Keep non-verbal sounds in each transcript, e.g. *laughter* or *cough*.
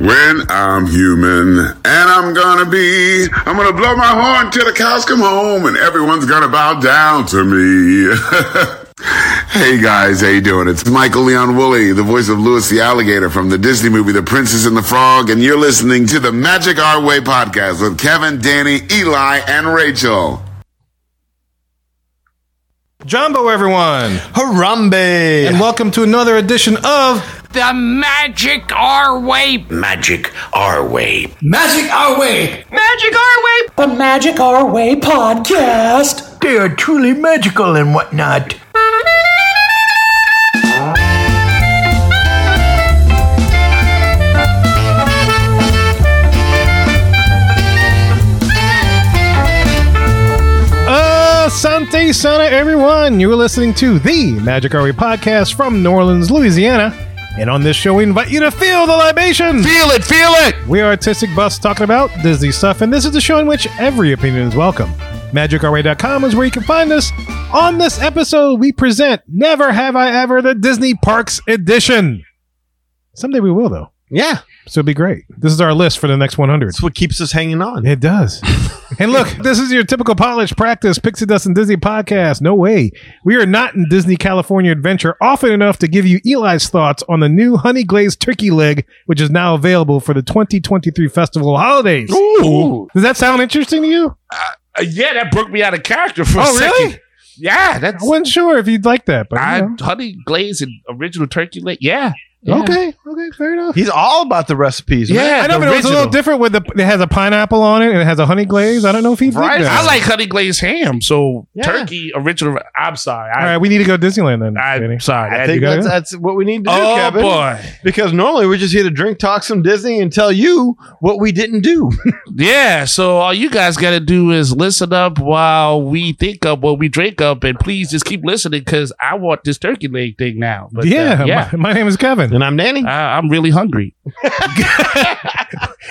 When I'm human and I'm gonna be, I'm gonna blow my horn till the cows come home and everyone's gonna bow down to me. *laughs* hey guys, how you doing? It's Michael Leon Woolley, the voice of Lewis the Alligator from the Disney movie The Princess and the Frog, and you're listening to the Magic Our Way podcast with Kevin, Danny, Eli, and Rachel. Jumbo, everyone, Harambe! and welcome to another edition of The magic our way. Magic our way. Magic Our Way, Magic our way. the Magic Our Way podcast. They are truly magical and whatnot. Asante Sana, everyone. You are listening to the Magic Are We podcast from New Orleans, Louisiana. And on this show, we invite you to feel the libations. Feel it, feel it! We are Artistic Buffs talking about Disney stuff, and this is the show in which every opinion is welcome. MagicRway.com is where you can find us. On this episode, we present Never Have I Ever, the Disney Parks Edition. Someday we will, though. Yeah, So it'd be great. This is our list for the next 100. that's what keeps us hanging on. It *laughs* does. and look, this is your typical polish practice Pixie Dust and Disney podcast. No way. We are not in Disney California Adventure often enough to give you Eli's thoughts on the new honey glazed turkey leg, which is now available for the 2023 festival holidays. Ooh. Does that sound interesting to you? Uh, yeah, that broke me out of character for a Oh, second. really? Yeah, I that's wasn't sure if you'd like that, but you I, know. honey glaze and original turkey leg. Yeah. yeah. okay, okay, fair enough. He's all about the recipes. man. Yeah, I know, the but it was a little original. different with the. It has a pineapple on it and it has a honey glaze. I don't know if he did Right? that. I like honey glaze ham. So Yeah. turkey original. I'm sorry. All I, right, we need to go to Disneyland then. I'm Danny. sorry. I I think You got that's, it? that's what we need to do, oh Kevin. boy. Because normally we're just here to drink, talk some Disney, and tell you what we didn't do. Yeah. So all you guys got to do is listen up while we think up what we drink up, and please just keep listening because I want this turkey leg thing now. But, uh, yeah, yeah. My, my name is Kevin. *laughs* and I'm Danny. I, I'm really hungry.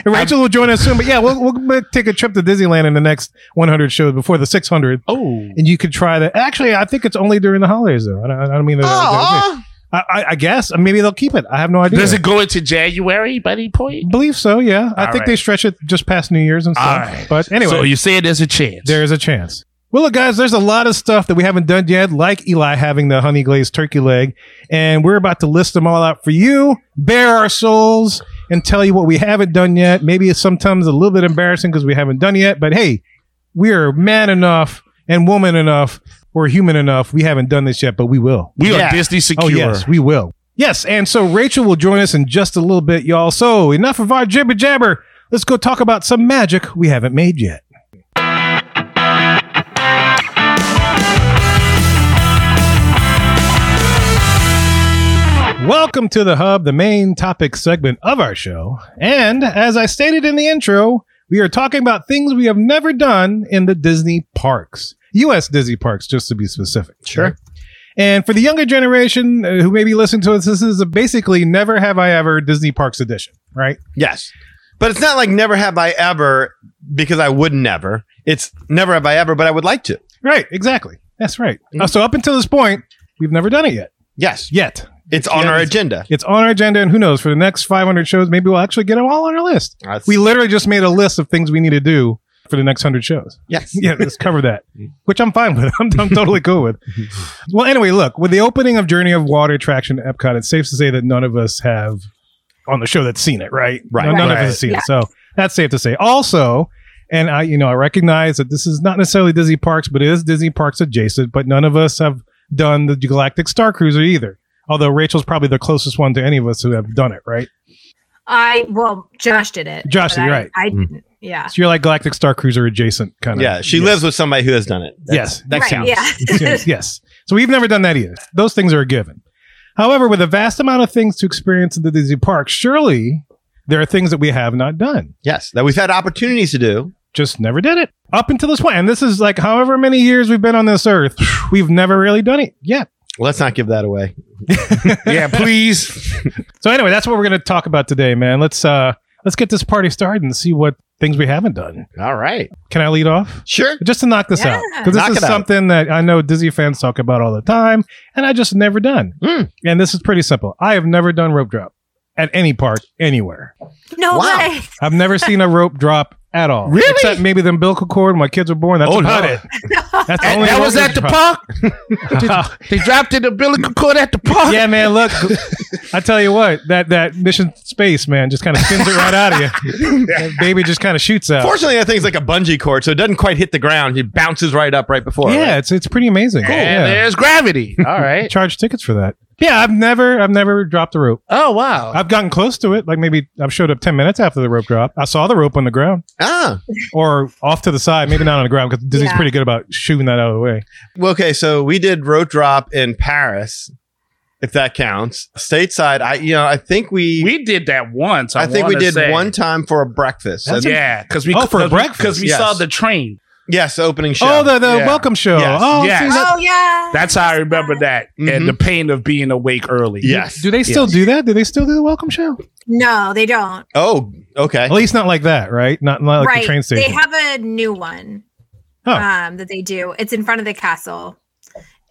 And Rachel will join us soon, but yeah, we'll, we'll take a trip to Disneyland in the next 100 shows before the 600, Oh. and you could try that. Actually, I think it's only during the holidays, though. I don't, I don't mean that. Oh, I, I, I guess uh, maybe they'll keep it. I have no idea. Does it go into January by any point? Believe so, yeah. I All think right. they stretch it just past New Year's and All stuff. right. But anyway, So you're saying there's a chance. there is a chance. Well, look, guys, there's a lot of stuff that we haven't done yet, like Eli having the honey glazed turkey leg, and we're about to list them all out for you, bare our souls, and tell you what we haven't done yet. Maybe it's sometimes a little bit embarrassing because we haven't done yet, but hey, we are man enough and woman enough or human enough. We haven't done this yet, but we will. we Yeah. are Disney secure. Oh, yes, we will. Yes, and so Rachel will join us in just a little bit, y'all. So enough of our jibber jabber. Let's go talk about some magic we haven't made yet. Welcome to the Hub, the main topic segment of our show. And as I stated in the intro, we are talking about things we have never done in the Disney parks, U.S. Disney parks, just to be specific. Sure. And for the younger generation uh, who may be listening to us, this is a basically never have I ever Disney parks edition, right? yes. But it's not like never have I ever, because I would never. It's never have I ever, but I would like to. Right, exactly. That's right. Mhm. Uh, so up until this point, we've never done it yet. Yes. Yet. It's on Yeah, our it's- agenda. It's on our agenda, and who knows, for the next 500 shows, maybe we'll actually get them all on our list. That's- We literally just made a list of things we need to do for the next 100 *laughs* shows. yes. yeah, let's cover that, *laughs* which I'm fine with. *laughs* I'm, I'm totally cool with. Well, anyway, look, with the opening of Journey of Water attraction at Epcot, it's safe to say that none of us have on the show that's seen it, right? Right. No- none of Right. us have seen it. So that's safe to say. Also, and I, you know, I recognize that this is not necessarily Disney Parks, but it is Disney Parks adjacent, but none of us have done the Galactic Star Cruiser either. Although Rachel's probably the closest one to any of us who have done it, right? I well, Josh did it. Josh but did, I- right. I didn't. Yeah. So you're like Galactic Star Cruiser adjacent kind of. Yeah. She lives with somebody who has done it. Yes. That right, *laughs* counts. Yeah. *laughs* yes, yes. So we've never done that either. Those things are a given. However, with a vast amount of things to experience in the Disney park, surely there are things that we have not done. Yes. That we've had opportunities to do. Just never did it up until this point. And this is like however many years we've been on this earth, *sighs* we've never really done it yet. Let's not give that away. *laughs* yeah, please. So anyway, that's what we're going to talk about today, man. Let's uh let's get this party started and see what things we haven't done. All right. Can I lead off? Sure. just to knock this out Yeah. because Knock this is it out. something that I know Disney fans talk about all the time, and I just never done. Mm. Hmm. And this is pretty simple. I have never done rope drop at any part, anywhere. No Wow. way. I've never seen a rope drop at all. Really? Except maybe the umbilical cord when my kids were born. That's Oh, about no. it. That's the *laughs* And only that rope was at the dropped. park. *laughs* *laughs* They dropped in the umbilical cord at the park. yeah, man. Look, *laughs* I tell you what, that that mission space man just kind of spins it right out of *laughs* you. That baby just kind of shoots out. Fortunately, that thing's like a bungee cord, so it doesn't quite hit the ground. It bounces right up right before. yeah, right? it's it's pretty amazing. Cool. And Yeah. *laughs* there's gravity. All right. Charge tickets for that. Yeah, I've never I've never dropped a rope. Oh wow. I've gotten close to it. Like maybe I've showed up ten minutes after the rope drop. I saw the rope on the ground Ah. or off to the side, maybe not on the ground because Disney's Yeah. pretty good about shooting that out of the way. Well, okay, so we did road drop in Paris, if that counts. Stateside, I you know, I think we, we did that once. I, I think we wanna did say. one time for a breakfast. That's And- Yeah, because we Oh, for breakfast, because we yes. saw the train. yes, opening show. Oh, the the Yeah. welcome show. Yes. Oh, Yes. see, that- Oh yeah. That's how I remember that, Mhm. and the pain of being awake early. yes. do they still Mm-hmm. Yes. *laughs* do that? Do they still do the welcome show? no, they don't. Oh, okay. At least not like that, right? Not, not Oh, like right. the train station. They have a new one. Oh. Um, that they do. It's in front of the castle,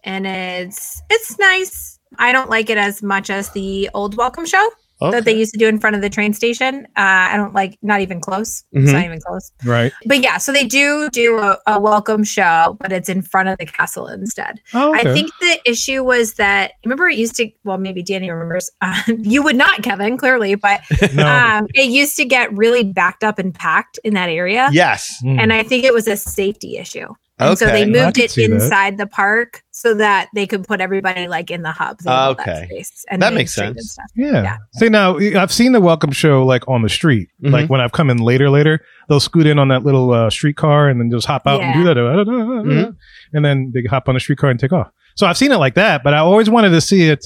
and it's it's nice. I don't like it as much as the old welcome show Okay. that they used to do in front of the train station. Uh, I don't like, not even close. Mhm. Mm-hmm. It's not even close. right. But yeah, so they do do a, a welcome show, but it's in front of the castle instead. Oh, okay. I think the issue was that remember it used to well maybe Danny remembers *laughs* uh, you would not Kevin clearly, but no. um, it used to get really backed up and packed in that area, yes. Mm. and I think it was a safety issue. And Okay. so they I moved could it see that. inside the park so that they could put everybody like in the hub. They love that Okay. space and That Main makes Street and sense. stuff. Yeah. Yeah. Mm-hmm. See now, I've seen the welcome show like on the street. Mhm. Like when I've come in later, later they'll scoot in on that little uh, streetcar and then just hop out and do Yeah. Mm-hmm. that, uh, uh, uh, Mhm. and then they hop on the streetcar and take off. So I've seen it like that, but I always wanted to see it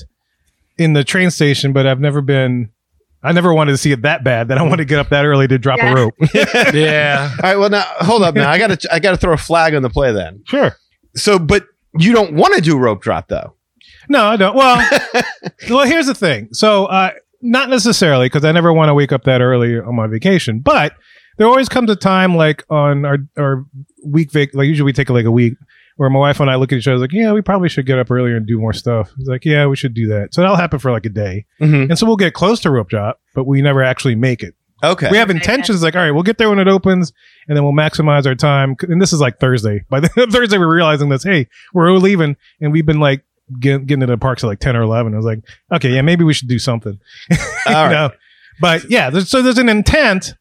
in the train station. But I've never been. I never wanted to see it that bad that I want to get up that early to drop Yeah. a rope. Yeah. All right, well now hold up now. I gotta I gotta throw a flag on the play then. Sure. So but you don't want to do rope drop though. No, I don't. Well, *laughs* well, here's the thing. So, uh, not necessarily because I never want to wake up that early on my vacation, but there always comes a time like on our our week vac. Like usually we take like a week where my wife and I look at each other like, yeah, we probably should get up earlier and do more stuff. It's like, yeah, we should do that. So that'll happen for like a day, Mm-hmm. and so we'll get close to rope drop, but we never actually make it. Okay. We have Okay. intentions like, all right, we'll get there when it opens, and then we'll maximize our time. And this is like Thursday. By the *laughs* Thursday, we're realizing this. Hey, we're all leaving, and we've been like get, getting to the parks at like ten or eleven. I was like, okay, yeah, maybe we should do something. *laughs* All you right. know? But yeah, there's, so there's an intent.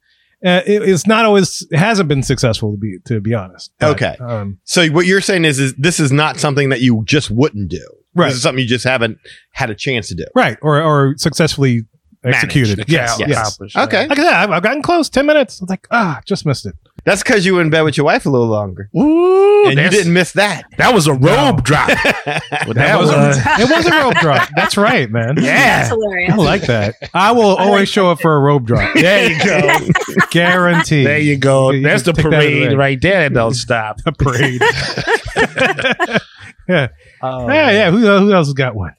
Uh, it, it's not always it hasn't been successful to be to be honest. But, Okay. um, So what you're saying is, is this is not something that you just wouldn't do. Right. This is something you just haven't had a chance to do. right, or or successfully executed. Managed, Yes, account- yes. accomplished. Okay. Like I said, I've, I've gotten close. Ten minutes. I was like, ah, just missed it. That's because you were in bed with your wife a little longer, Ooh, and you that's- didn't miss that. *laughs* That was a robe *laughs* drop. All that was. wasn't- it was a rope drop. That's right, man. That's Yeah. hilarious. I like that. *laughs* I will I always like show up for a robe *laughs* drop. There you go. Guaranteed. There you go. You That's the can take that out of parade there. right there. That don't stop. A parade. *laughs* *laughs* Oh, yeah, yeah. Who, who else has got one?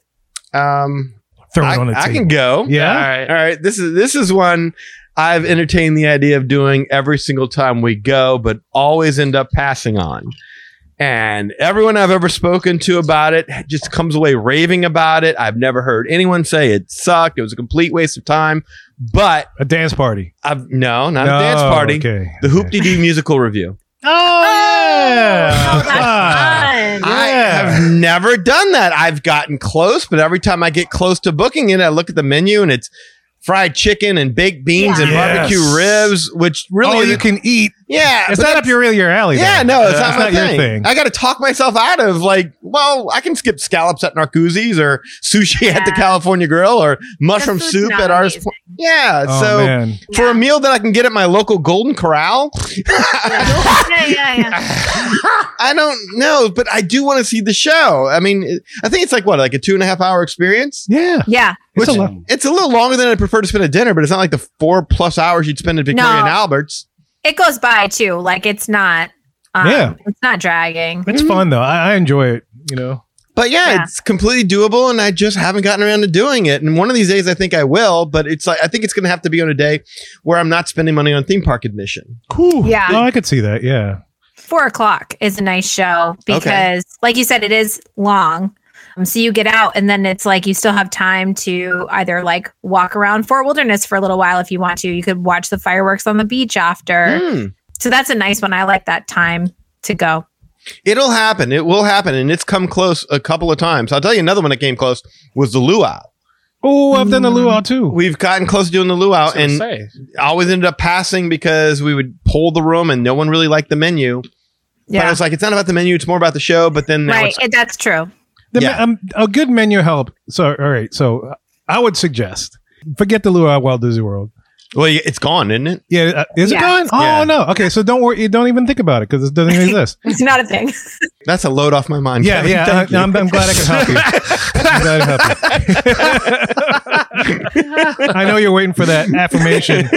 um, Throw I, it on the I table. can go. All yeah. right. All right. This is this is one I've entertained the idea of doing every single time we go, but always end up passing on. And everyone I've ever spoken to about it just comes away raving about it. I've never heard anyone say it sucked. It was a complete waste of time. But A dance party. I've no, not No, a dance party. Okay. The Hoop Dee Doo musical review. Oh, Oh, that's Ah. *laughs* fun. I have never done that. I've gotten close, but every time I get close to booking it, I look at the menu and it's fried chicken and baked beans Yeah. and barbecue Yes. ribs, which really, All Oh, you isn't- can eat. yeah, It's Uh, not but that's- up your really your alley. Yeah, though. no, it's Uh, not my your thing. thing. I got to talk myself out of like, well, I can skip scallops at Narcoozies or sushi at the Yeah. California Grill or mushroom food's soup not at ours. amazing. Po- Yeah, Oh, so. man. For a meal that I can get at my local Golden Corral, *laughs* yeah, yeah, *laughs* yeah. I don't know, but I do want to see the show. I mean, it- I think it's like what, like a two and a half hour experience? Yeah. Yeah. It's a Which- Oh, lot. It's a little longer than I'd prefer to spend at dinner, but it's not like the four plus hours you'd spend at Victoria No. and Albert's. It goes by too. Like it's not. Um, Yeah. It's not dragging. It's fun though. I, I enjoy it. You know. But yeah, Yeah. it's completely doable, and I just haven't gotten around to doing it. And one of these days, I think I will. But it's like I think it's going to have to be on a day where I'm not spending money on theme park admission. Cool. Yeah. Oh, I could see that. Yeah. Four o'clock is a nice show Okay. because, like you said, it is long. Um, so you get out, and then it's like you still have time to either like walk around Fort Wilderness for a little while if you want to. You could watch the fireworks on the beach after. Hmm. So that's a nice one. I like that time to go. It'll happen. It will happen, and it's come close a couple of times. I'll tell you another one that came close was the luau. Oh, I've done the luau too. We've gotten close to doing the luau, and and always ended up passing because we would pull the room, and no one really liked the menu. But I Yeah, was like, it's not about the menu; it's more about the show. But then now right. it's It, that's true. The, me- yeah. um, a good menu help. So, all right. So, uh, I would suggest forget the luau at Walt Disney World. well, it's gone, isn't it? Yeah, uh, is Yeah. it gone? Oh Yeah. no. Okay, so don't worry. Don't even think about it because it doesn't even *laughs* exist. It's not a thing. That's a load off my mind. Yeah, Kevin. yeah. I, *laughs* Thank you. I'm, I'm glad I could help you. I'm glad I could help you. *laughs* I know you're waiting for that affirmation,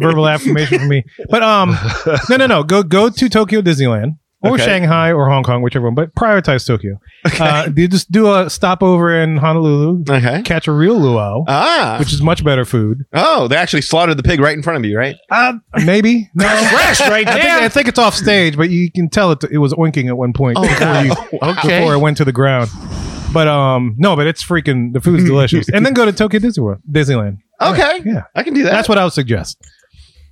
verbal affirmation from me. But um, no, no, no. Go go to Tokyo Disneyland or Okay. Shanghai or Hong Kong, whichever one. But prioritize Tokyo. Uh, you just do a stopover in Honolulu, Okay. catch a real luau, Uh, Ah. which is much better food. oh, they actually slaughtered the pig right in front of you, right? Uh, maybe no. fresh right I think, I there. think it's off stage, but you can tell it, it was oinking at one point before, you, Oh, *laughs* Okay. before it went to the ground. But um, no, but it's freaking the *laughs* food's delicious. and then go to Tokyo Disney World, Disneyland. Okay. Yeah, I can do that. that's what I would suggest.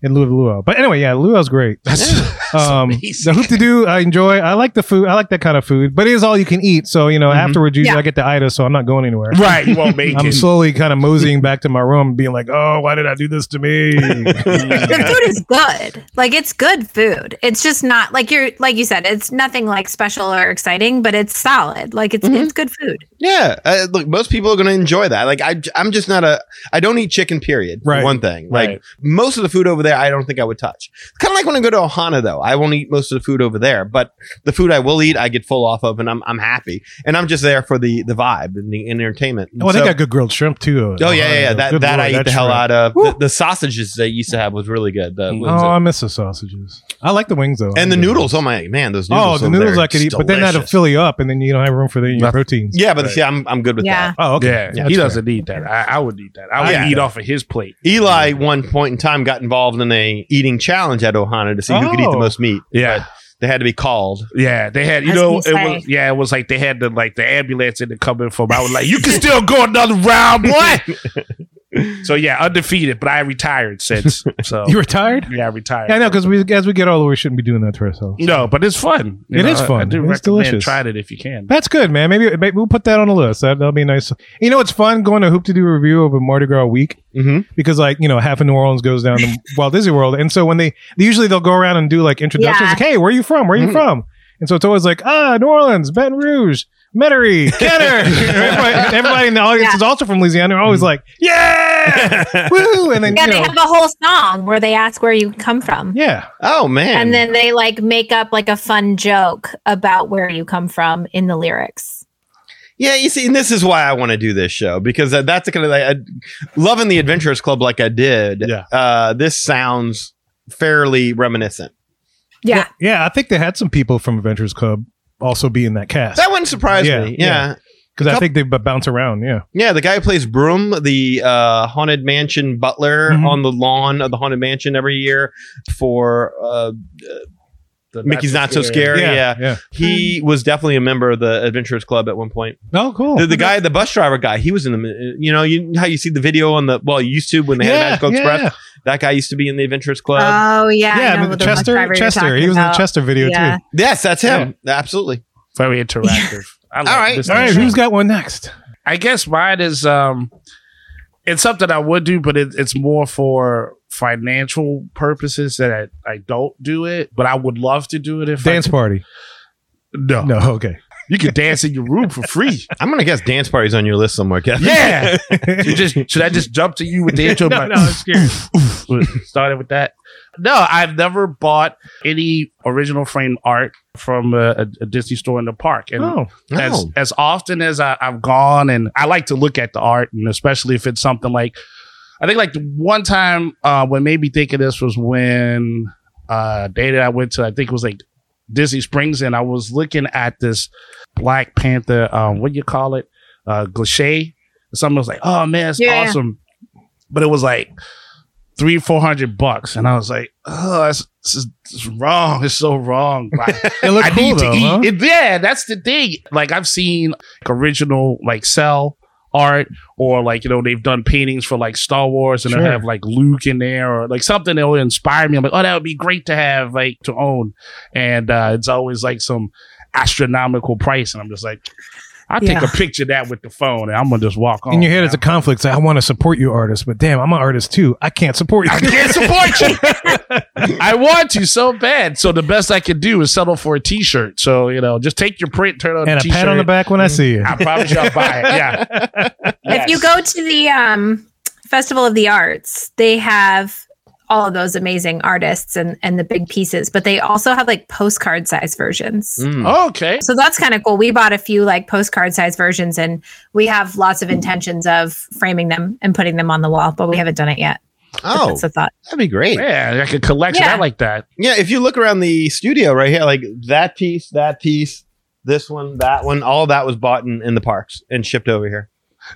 In lieu of luau, but anyway, yeah, luau's great. *laughs* um, the hoop to do, I enjoy. I like the food. I like that kind of food, but it is all you can eat. So you know, afterwards, usually Yeah. I get the itis, so I'm not going anywhere. Mm-hmm. right, *laughs* you won't make I'm it. slowly kind of moseying back to my room, being like, "Oh, why did I do this to *laughs* me?" the food is good. Like it's good food. It's just not like you're like you said. It's nothing like special or exciting, but it's solid. Like it's Mm-hmm. it's good food. Yeah, uh, look, most people are going to enjoy that. Like, I, I'm just not a. I don't eat chicken. Period. for Right. One thing. Like Right. most of the food over there, I don't think I would touch. It's kind of like when I go to Ohana, though. I won't eat most of the food over there, but the food I will eat, I get full off of, and I'm I'm happy, and I'm just there for the the vibe and the entertainment. Oh, I So- think I good grilled shrimp too. Oh yeah, yeah, yeah. That that I eat the hell out of. Woo. The, the sausages they used to have was really good. The, Oh, I miss the sausages. I like the wings though. and the noodles. Oh my man, those Oh, noodles. the over noodles there, I could eat, it's but then that'll delicious. fill you up, and then you don't have room for the your proteins. Yeah, but see, I'm I'm good with that. Yeah. Oh, okay. Yeah, That's he fair. doesn't need that. I, I would need that. I would Yeah. eat off of his plate. Eli, one point in time, got involved in a eating challenge at Ohana to see who could eat the Oh. most meat. Yeah, They had to be called. yeah. They had, you I was know, it gonna was say. yeah, it was like they had the like the ambulance in the coming from. I was like, you can still go another round, boy. *laughs* so yeah, undefeated. But I retired since. So You retired? yeah, I retired. Yeah, I know, because we as we get older, we shouldn't be doing that to ourselves. No, but it's fun. It is I- I fun. do It's recommend delicious. trying it if you can. That's good, man. Maybe, maybe we'll put that on the list. That, that'll be nice. You know, it's fun going to Hoop to Do review over Mardi Gras week Mm-hmm. because, like, you know, half of New Orleans goes down *laughs* to Walt Disney World, and so when they usually they'll go around and do like introductions, Yeah. like, "Hey, where are you from? Where are you Mhm. from?" And so it's always like, "Ah, New Orleans, Baton Rouge." Metairie, *laughs* Kenner. everybody, everybody in the audience Yeah. is also from Louisiana. They're always like, "Yeah, *laughs* woo!" And then Yeah, you they know, have a whole song where they ask where you come from. yeah, Oh man. And then they like make up like a fun joke about where you come from in the lyrics. yeah, you see, and this is why I want to do this show because uh, that's the kind of like, I- loving the Adventurers Club like I did. Yeah. Uh, this sounds fairly reminiscent. Yeah. yeah. I think they had some people from Adventures Club also be in that cast That wouldn't surprise Yeah, me. yeah. yeah. because I think they b- bounce around. Yeah, Yeah, the guy who plays Broom, the uh, haunted mansion butler Mhm. on the lawn of the haunted mansion every year for uh, The Mickey's Not So Scary. Yeah, yeah, yeah. he was definitely a member of the Adventurers Club at one point. Oh, cool. The, the guy, the bus driver guy, he was in the, you know, you how you see the video on the, well, you used to when they had Magical Express. That guy used to be in the Adventurers Club. oh yeah. I yeah, know the what bus driver Chester. you're Chester. talking He was in the about. Chester video Yeah. too. yes, that's him. Absolutely. Very interactive. I love right. *laughs* this All right, show. who's got one next? I guess mine is um, it's something I would do, but it, it's more for financial purposes that I, I don't do it, but I would love to do it if Dance I, party. no, No, okay. you can dance in your room for *laughs* free. I'm going to guess dance parties on your list somewhere, Kevin. Yeah, *laughs* You just should I just jump to you with the intro? No, like, no, I'm *laughs* scared. oof, oof. Started with that. No, I've never bought any original frame art from a, a, a Disney store in the park, and Oh, as Oh. as often as I, I've gone and I like to look at the art and especially if it's something like I think like the one time uh what made me think of this was when uh day that I went to I think it was like Disney Springs and I was looking at this Black Panther um what do you call it? Uh Glachet. Someone was like, Oh man, it's Yeah. awesome. But it was like three, four hundred bucks, and I was like, "Oh, that's, this, is, this is wrong. It's so wrong." Like, It looked I cool need though. to eat. huh? It- yeah, that's the thing. Like I've seen like, original like cell art, or like you know they've done paintings for like Star Wars, and Sure. they have like Luke in there, or like something that will inspire me. I'm like, "Oh, that would be great to have, like to own," and uh, it's always like some astronomical price, and I'm just like. I will take Yeah. a picture of that with the phone, and I'm gonna just walk on. In your head, it's a conflict. It's like, I want to support you, artist, but damn, I'm an artist too. I can't support you. *laughs* I can't support you. I want to so bad. So the best I could do is settle for a T-shirt. So you know, just take your print, turn and on a a T-shirt. Mm-hmm. pat on the back when I see you. I promise you, I'll buy it. Yeah. If you go to the um, Festival of the Arts, they have all of those amazing artists and, and the big pieces, but they also have like postcard size versions. Mm. Oh, okay. So that's kind of cool. We bought a few like postcard size versions and we have lots of intentions of framing them and putting them on the wall, but we haven't done it yet. But Oh, *laughs* That's a thought. that'd be great. Yeah, like a collection. Hmm. Yeah. I like that. Yeah, if you look around the studio right here, like that piece, that piece, this one, that one, all that was bought in, in the parks and shipped over here.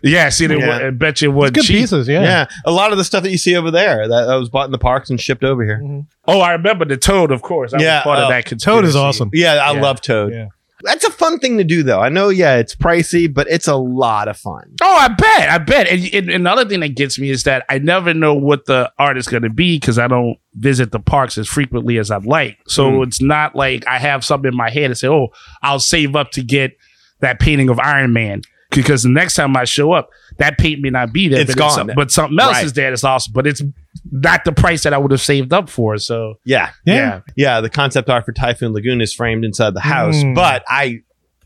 Yeah. See, they Yeah. would- I bet you It's would good cheap. pieces, yeah. Yeah. a lot of the stuff that you see over there that, that was bought in the parks and shipped over here. Oh, I remember the Toad, of course. I Yeah, was part oh. of that. Conspiracy. Toad is awesome. Yeah, I Yeah. love Toad. Yeah. That's a fun thing to do, though. I know, yeah, it's pricey, but it's a lot of fun. Oh, I bet. I bet. And, and another thing that gets me is that I never know what the art is going to be because I don't visit the parks as frequently as I'd like. So Mm. it's not like I have something in my head and say, oh, I'll save up to get that painting of Iron Man. Because the next time I show up, that paint may not be there. It's but gone. some- but something else Right. is there that's awesome. But it's not the price that I would have saved up for. So, Yeah, Yeah. yeah. yeah. The concept art for Typhoon Lagoon is framed inside the house, Mm. but I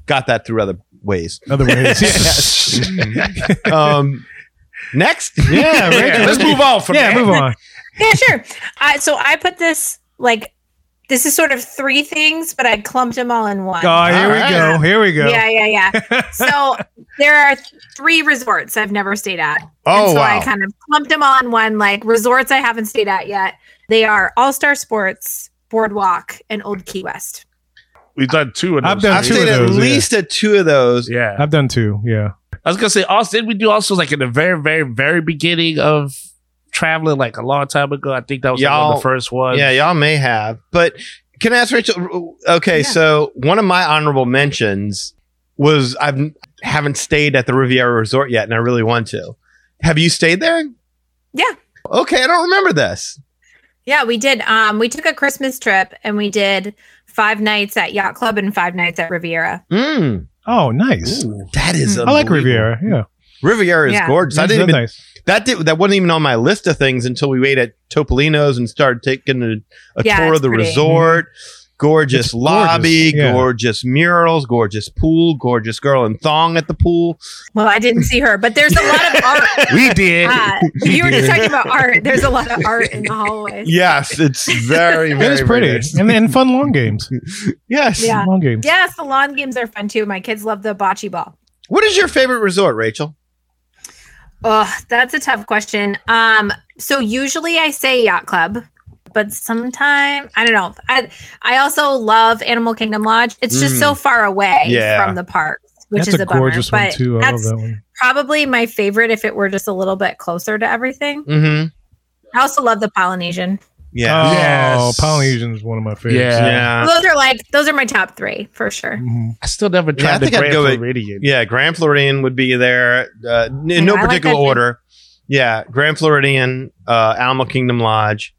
got that through other ways. Other ways. Um, next, Yeah, Yeah, Rachel, *laughs* let's move on *laughs* from yeah, that. move on. Yeah, sure. I so I put this like, this is sort of three things, but I clumped them all in one. Oh, here we right. go. Here we go. Yeah, yeah, yeah. so there are three resorts I've never stayed at. Oh, and so I wow. kind of clumped them all in one like resorts I haven't stayed at yet. They are All Star Sports, Boardwalk, and Old Key West. We've done two of those. I've done I've two of stayed at those, yeah. least at two of those. Yeah. I've done two. Yeah. I was gonna say also did we do also like in the very, very, very beginning of traveling, like a long time ago. I think that was like, one of Y'all- the first ones. Yeah, y'all may have. But can I ask Rachel? Okay, Yeah. so one of my honorable mentions was I haven't stayed at the Riviera Resort yet, and I really want to. Have you stayed there? Yeah. Okay, I don't remember this. Yeah, we did. Um, we took a Christmas trip and we did five nights at Yacht Club and five nights at Riviera. Mm, Oh, nice. that is. I like unbelievable. Riviera. Yeah. Riviera is Hmm. Yeah. gorgeous. I That's didn't even nice. *laughs* that did, that wasn't even on my list of things until we waited at Topolino's and started taking a, a Yeah, tour it's of the pretty. resort. Gorgeous It's gorgeous, lobby, yeah. gorgeous murals, gorgeous pool, gorgeous girl in thong at the pool. Well, I didn't see her, but there's a lot of art. *laughs* We did. Uh, you were just talking about art. There's a lot of art in *laughs* the hallways. Yes, it's very, It very, is very pretty. nice. And then fun long games. Yes. Yeah. Long games. Yeah, salon games are fun too. My kids love the bocce ball. What is your favorite resort, Rachel? Oh, that's a tough question. Um, so usually I say yacht club, but sometimes I don't know. I I also love Animal Kingdom Lodge. It's just Mm. so far away Yeah. from the park, which that's is a, a, bummer. gorgeous one but too. I love that's that one. probably my favorite if it were just a little bit closer to everything. Mm-hmm. I also love the Polynesian. Yeah. Oh, Yes. Polynesian is one of my favorites. Yeah. yeah. Those are like those are my top three for sure. Mhm. I still never Yeah, I tried the think I'd Grand go with- Floridian. Yeah. Grand Floridian would be there uh, n- in Mm, no I like particular that too. order. Yeah. Grand Floridian, uh, Alamo Kingdom Lodge.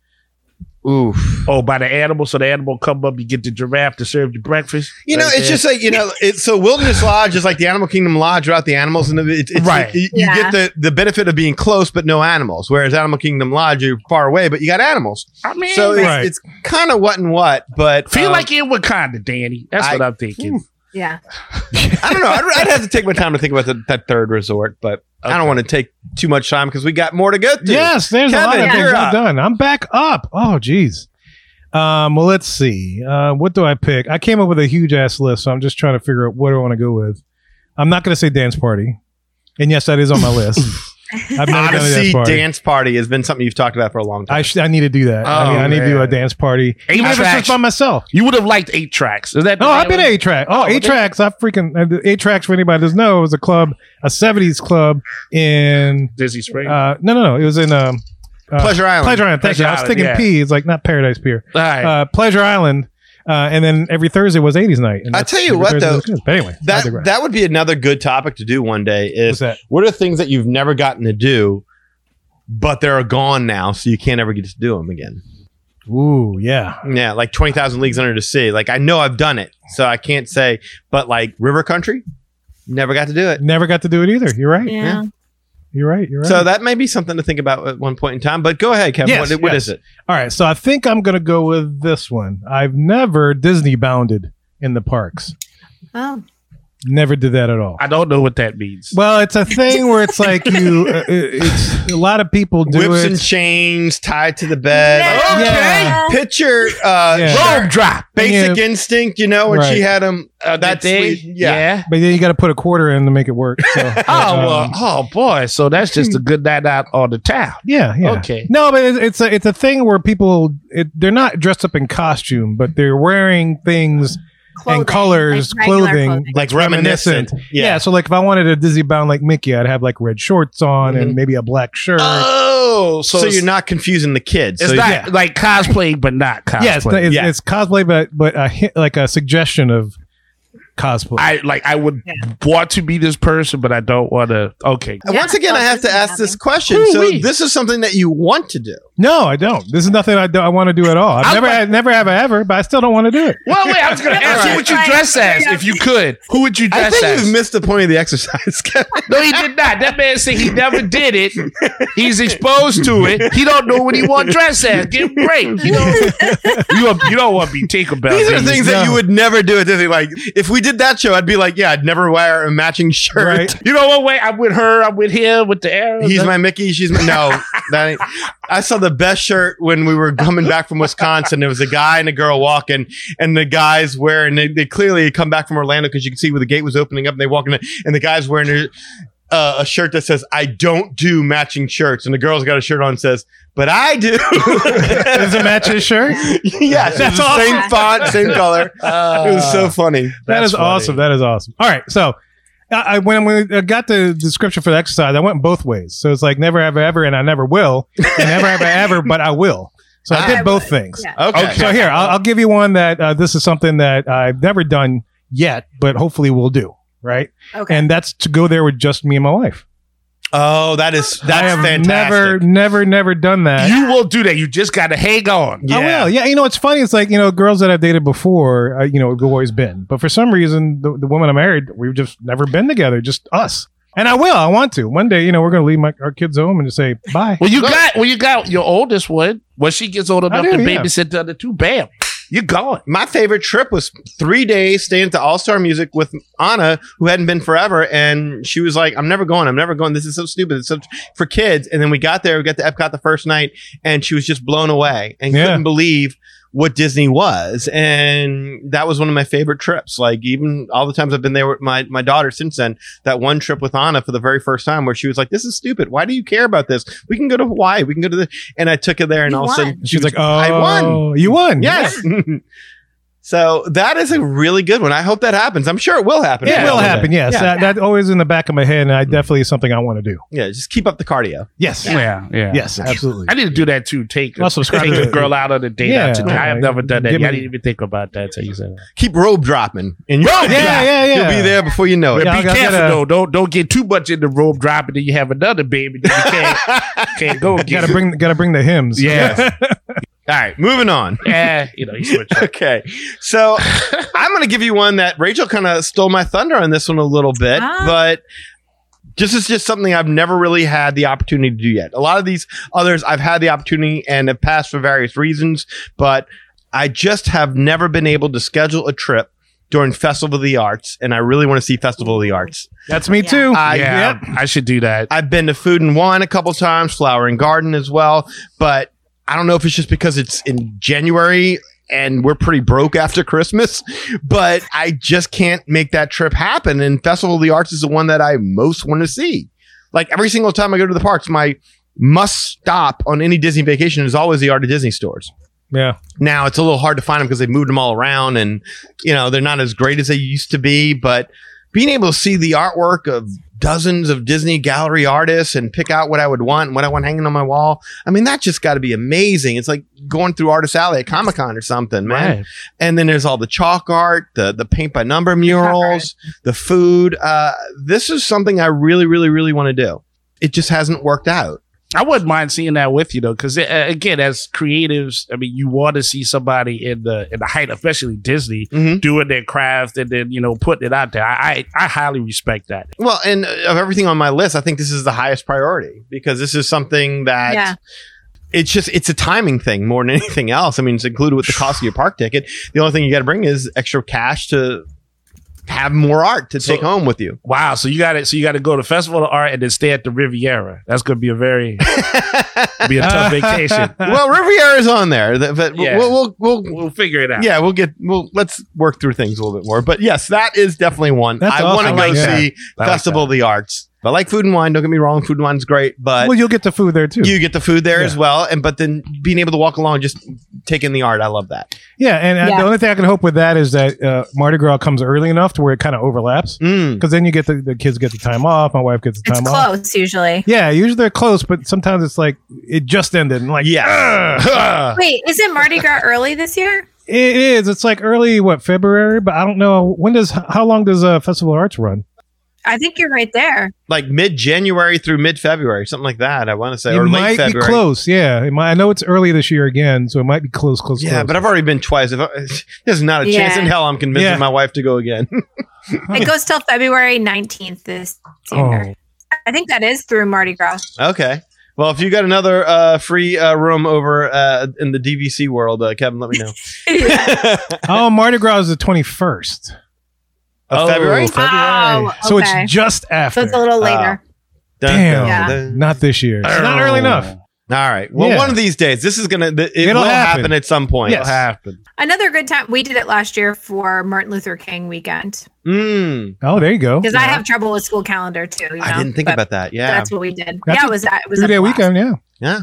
Oof. Oh, by the animal, so the animal come up, you get the giraffe to serve you breakfast. You know, Right it's there. just like you know, it's so Wilderness Lodge is like the Animal Kingdom Lodge without the animals, and it's, it's Right. You, you Yeah. get the the benefit of being close but no animals, whereas Animal Kingdom Lodge you're far away but you got animals. I mean So it's, Right. it's kind of what and what, but feel um, like in Wakanda, Danny. That's I- hmm. what I'm thinking. Yeah. I don't know. I'd, I'd have to take my time to think about the, that third resort, but I don't want to take too much time because we got more to go through. Yes, there's a lot Kevin, of things you're I've up. done. I'm back up. Oh, geez. Um, well, let's see. Uh, what do I pick? I came up with a huge ass list, so I'm just trying to figure out what do I want to go with. I'm not going to say dance party, and yes, that is on my *laughs* list. I've never done a Odyssey dance party. dance party has been something you've talked about for a long time. I, sh- I need to do that. I, Oh, mean, I need to do a man. dance party, Eight even if it's tracks. just by myself. You would have liked eight tracks. Is that No, I've been eight. eight track. Oh, Oh, eight they- tracks. I freaking uh, the eight tracks. For anybody that doesn't know, it was a club, a '70s club in Disney Spring. Uh, no, no, no. It was in um, uh, Pleasure Island. Pleasure Island. Thank Pleasure you. I was Island, thinking yeah. P. It's like not Paradise Pier. All right. Uh, Pleasure Island. Uh, and then every Thursday was 80s night. And I that's- tell you every what, Thursday though, was good. But anyway, I That digress. that would be another good topic to do one day. What's Is that? what are things that you've never gotten to do, but they're gone now, so you can't ever get to do them again? Ooh, yeah. Yeah, like twenty thousand leagues under the sea. Like I know I've done it, so I can't say. But like River Country, never got to do it. Never got to do it either. You're right. Yeah. You're right. You're right. So that may be something to think about at one point in time. But go ahead, Kevin. Yes, what what yes. is it? All right, so I think I'm gonna go with this one. I've never Disney bounded in the parks. Oh. Never did that at all. I don't know what that means. Well, it's a thing where it's like you. Uh, it- it's a lot of people do Whips it. and chains tied to the bed. Yeah. Like, Yeah. Picture uh, Yeah. Sure. drop. Basic Instinct. You know when Right. she had him. Uh, That that's day. yeah. but then you got to put a quarter in to make it work. *laughs* So, oh Oh well, oh boy. So that's Hmm. just a good night out on the town. yeah, yeah. Okay. No, but it's, it's a it's a thing where people it, they're not dressed up in costume, but they're wearing things Clothing, and colors, like regular clothing, Like reminiscent. reminiscent. Yeah. so like if I wanted a Disney bound like Mickey, I'd have like red shorts on Mm-hmm. and maybe a black shirt. Uh, Oh, so, so it's- you're not confusing the kids. It's so not yeah. like cosplay, but not cosplay. yeah, it's, it's, Yeah. it's cosplay, but but a hint, like a suggestion of cosplay. I like. I would want to be this person, but I don't want to. Okay. And Once Yeah, again, so I have this to is ask happening. this question. So Ooh-wee. this is something that you want to do. no, I don't. This is nothing I do, I want to do at all. I've I'm never like- I never have I ever, but I still don't want to do it. Well, wait. I was going to ask who would you Right. dress as if you could. Who would you I dress think as? you've missed the point of the exercise. *laughs* Kevin. no, he did not. That man said he never did it. He's exposed to it. He don't know what he want dress as. Give him a break. You don't, *laughs* you, don't- you don't want to be Tinker Bell. These do are you? things that you No. would never do at Disney. Like if we did that show, I'd be like, yeah, I'd never wear a matching shirt. Right. You know what? Wait, I'm with her. I'm with him. With the arrows. He's my Mickey. She's my no. That ain't, I saw the best shirt when we were coming back from Wisconsin. There was a guy and a girl walking, and the guys wearing. They, they clearly had come back from Orlando because you can see where the gate was opening up, and they walk in, and the guys wearing their, uh, a shirt that says "I don't do matching shirts," and the girl's got a shirt on that says, "But I do." Does it match his *laughs* shirt? yeah, that's the same awesome. font, same color. it was so funny. That is That's funny. awesome. That is awesome. All right, so I, I when, when I got the description for the exercise, I went both ways. So it's like never have I ever, and I never will, and never have I ever, *laughs* but I will. So I I did both things. Yeah. Okay. So here, I'll, I'll give you one that uh, this is something that I've never done yet, but hopefully we'll do. Right, Okay. and that's to go there with just me and my wife. Oh, that is I that's have fantastic. never, never, never done that. You will do that. You just got to hang on. I will. Yeah, you know, it's funny. It's like you know, girls that I've dated before, uh, you know, we've always been, but for some reason, the, the woman I married, we've just never been together, just us. And I will. I want to. One day, you know, we're going to leave my, our kids home and just say bye. Well, you got well, you got your oldest one. When she gets old enough do, to yeah. babysit the other two, bam, you're gone. my favorite trip was three days staying to All Star Music with Anna, who hadn't been forever, and she was like, "I'm never going. I'm never going. This is so stupid. It's so for kids." And then we got there. We got to Epcot the first night, and she was just blown away and Yeah. couldn't believe what Disney was. And that was one of my favorite trips. Like even all the times I've been there with my my daughter since then, that one trip with Anna for the very first time, where she was like, "This is stupid. Why do you care about this? We can go to Hawaii. We can go to the." And I took her there, and You all of a sudden won. And she's like, "Oh, I won. You won. Yes. *laughs* so that is a really good one. I hope that happens. I'm sure it will happen. it will happen. Yes, Yeah. Mm. That, that always in the back of my head, and I definitely is something I want to do. Yeah, just keep up the cardio. Yes, Yeah, yeah. yes, absolutely. I need to do that too. Take a, I'll subscribe take to a the- girl out on a date Yeah. out to dinner. I have Yeah. never done that. Give yet. I me- didn't even think about that until you said that. Keep robe dropping. And you'll, yeah, yeah, yeah. you'll be there before you know Yeah, it. But I uh, be gotta get careful a- though. Don't don't get too much in the robe dropping. Then you have another baby. That you *laughs* can't, can't go. Again. Got to bring, got to bring the hymns. Yeah, All right, *laughs* moving on. yeah. You know, you switch. *laughs* up. *laughs* Okay. So I'm going to give you one that Rachel kind of stole my thunder on this one a little bit, Ah. but this is just something I've never really had the opportunity to do yet. A lot of these others I've had the opportunity and have passed for various reasons, but I just have never been able to schedule a trip during Festival of the Arts, and I really want to see Festival of the Arts. *laughs* that's me Yeah. Uh, too. I, Uh, yeah, I should do that. I've been to Food and Wine a couple times, Flower and Garden as well, but I don't know if it's just because it's in January and we're pretty broke after Christmas, but I just can't make that trip happen. And Festival of the Arts is the one that I most want to see. Like every single time I go to the parks, my must stop on any Disney vacation is always the Art of Disney stores. yeah, Now it's a little hard to find them because they've moved them all around and, you know, they're not as great as they used to be, but being able to see the artwork of dozens of Disney gallery artists and pick out what I would want and what I want hanging on my wall. I mean, that just got to be amazing. It's like going through Artist Alley at Comic Con or something, man. Right. And then there's all the chalk art, the the paint by number murals, the food. Uh, this is something I really, really, really want to do. It just hasn't worked out. I wouldn't mind seeing that with you though, because again, as creatives, I mean, you want to see somebody in the in the height, especially Disney, Mhm. doing their craft and then you know putting it out there. I I, I highly respect that. Well, and uh, of everything on my list, I think this is the highest priority because this is something that Yeah. it's just it's a timing thing more than *laughs* anything else. I mean, it's included with the cost of your park ticket. The only thing you got to bring is extra cash to have more art to So- take home with *laughs* you. Wow, so you got it. So you got to go to Festival of Art and then stay at the Riviera. That's going to be a very be a tough vacation. well, Riviera's on there, th- but Yeah. we'll, we'll we'll We'll figure it out. yeah, we'll get we'll let's work through things a little bit more. But yes, that is definitely one. That's I awesome. want to I like go that. see I like Festival of the Arts. I like food and wine. Don't get me wrong, food and wine's great, but well, you'll get the food there too. you get the food there Yeah. as well. And but then being able to walk along, just taking the art, I love that. yeah, and uh, Yeah. the only thing I can hope with that is that uh, Mardi Gras comes early enough to where it kind of overlaps Mm. *laughs* because then you get the, the kids get the time off. My wife gets the It's time off. close usually. Yeah, usually they're close, but sometimes it's like it just ended. And like, Uh, Yeah. Wait, is it Mardi Gras early this year? it is. It's like early what February, but I don't know when does how long does uh, Festival of Arts run? I think you're right there. like mid January through mid February, something like that. I want to say, it or late might February. be close. Yeah, it might, I know it's early this year again, so it might be close, close, Yeah, close. but I've already been twice. If I, *laughs* there's not a Yeah. chance in hell I'm convincing Yeah. my wife to go again. *laughs* It goes till February 19th this Oh. year. I think that is through *laughs* Mardi Gras. *laughs* okay. Well, if you got another uh, free uh, room over uh, in the DVC world, uh, Kevin, let me know. oh, Mardi Gras is the twenty first, *laughs* Of February? Oh, so okay. it's Uh, just after. So it's a little later. Dun, Damn, Yeah. dun. not this year. It's not Oh. early enough. All right. Well, Yeah. one of these days, this is gonna. th- It It'll will happen. happen. at some point. Yes. Happen. Another good time. We did it last year for Martin Luther King weekend Mm, Oh, there you go. because I have trouble with school calendar too. You know? I didn't think But about that. Yeah. That's what we did. That's yeah, a it was that. It was Three a day blast. weekend. Yeah.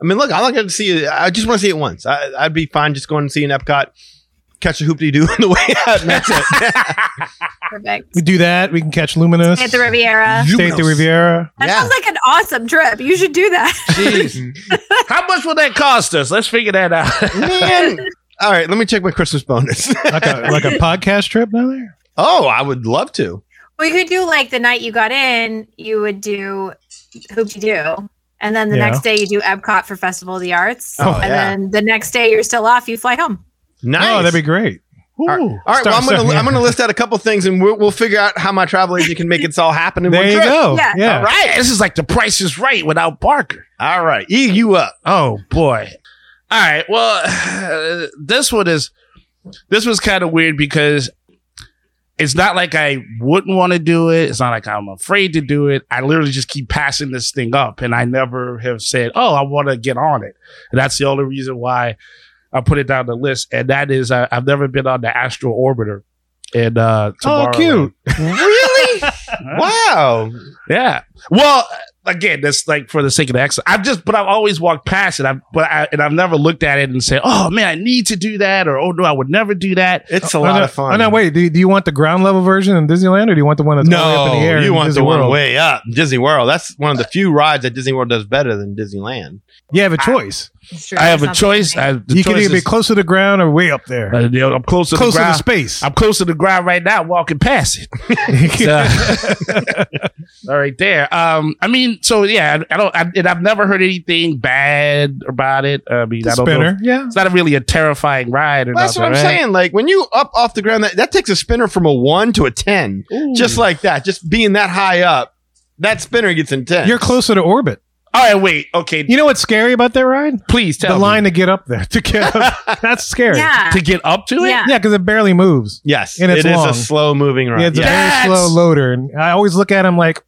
I mean, look, I like to see. it. I just want to see it once. I, I'd be fine just going and seeing Epcot, catch a hoopty doo *laughs* on the way *laughs* out. And that's *laughs* it. Perfect. We do that. We can catch Luminous. Stay at the Riviera. Stay at the Riviera. That Yeah. sounds like an awesome trip. You should do that. Jeez, How much will that cost us? Let's figure that out. man. All right, let me check my Christmas bonus. *laughs* Like a, like a podcast trip down there. oh, I would love to. we could do like the night you got in, you would do Hoop to Do. And then the Yeah. next day you do Epcot for Festival of the Arts. Oh, and yeah. then the next day you're still off, you fly home. Nice. Oh, that'd be great. all right, all right well, I'm gonna I'm gonna list out a couple things, and we'll, we'll figure out how my travel agent can make it all happen in There one you trip. go. Yeah. Yeah. All right, this is like the Price is Right without Parker. All right, E, you up? Oh boy. All right. Well, *sighs* this one is this was kind of weird because it's not like I wouldn't want to do it. It's not like I'm afraid to do it. I literally just keep passing this thing up and I never have said, "Oh, I want to get on it." And that's the only reason why I put it down the list and that is I, I've never been on the astral orbiter. And uh Oh, Tomorrowland. cute. *laughs* Really? wow. Yeah. Well, again, that's like for the sake of the exercise. I've just, but I've always walked past it. I've, but I, and I've never looked at it and said, "Oh man, I need to do that," or "Oh no, I would never do that." It's *laughs* a oh, lot no, of fun. Oh, no, wait. Do, do you want the ground level version in Disneyland or do you want the one that's all the way up in the air? you in want Disney the one World? way up Disney World. That's one of the few rides that Disney World does better than Disneyland. You have a choice. Ah, Sure, I have a sounds choice. like- I, the you can choice either be is- close to the ground or way up there. uh, you know, I'm close to close to the the ground. space. I'm close to the ground right now, walking past *laughs* it. So- all *laughs* right, there. Um, I mean, so yeah, I, I don't, I, and I've never heard anything bad about it. I mean, The I don't know. spinner. if- Yeah. It's not really a terrifying ride. Or Well, that's what I'm nothing, right? saying. Like when you up off the ground, that, that takes a spinner from a one to a ten, just like that. Just being that high up, that spinner gets intense. You're closer to orbit. All right, wait. Okay, You know what's scary about that ride? please tell the me. line to get up there. To get *laughs* up. That's scary. Yeah. to get up to it. Yeah. Yeah, because it barely moves. Yes, And it's it is long. a slow moving ride. Yeah, it's Yeah. a That's- Eh. very slow loader, and I always look at him like,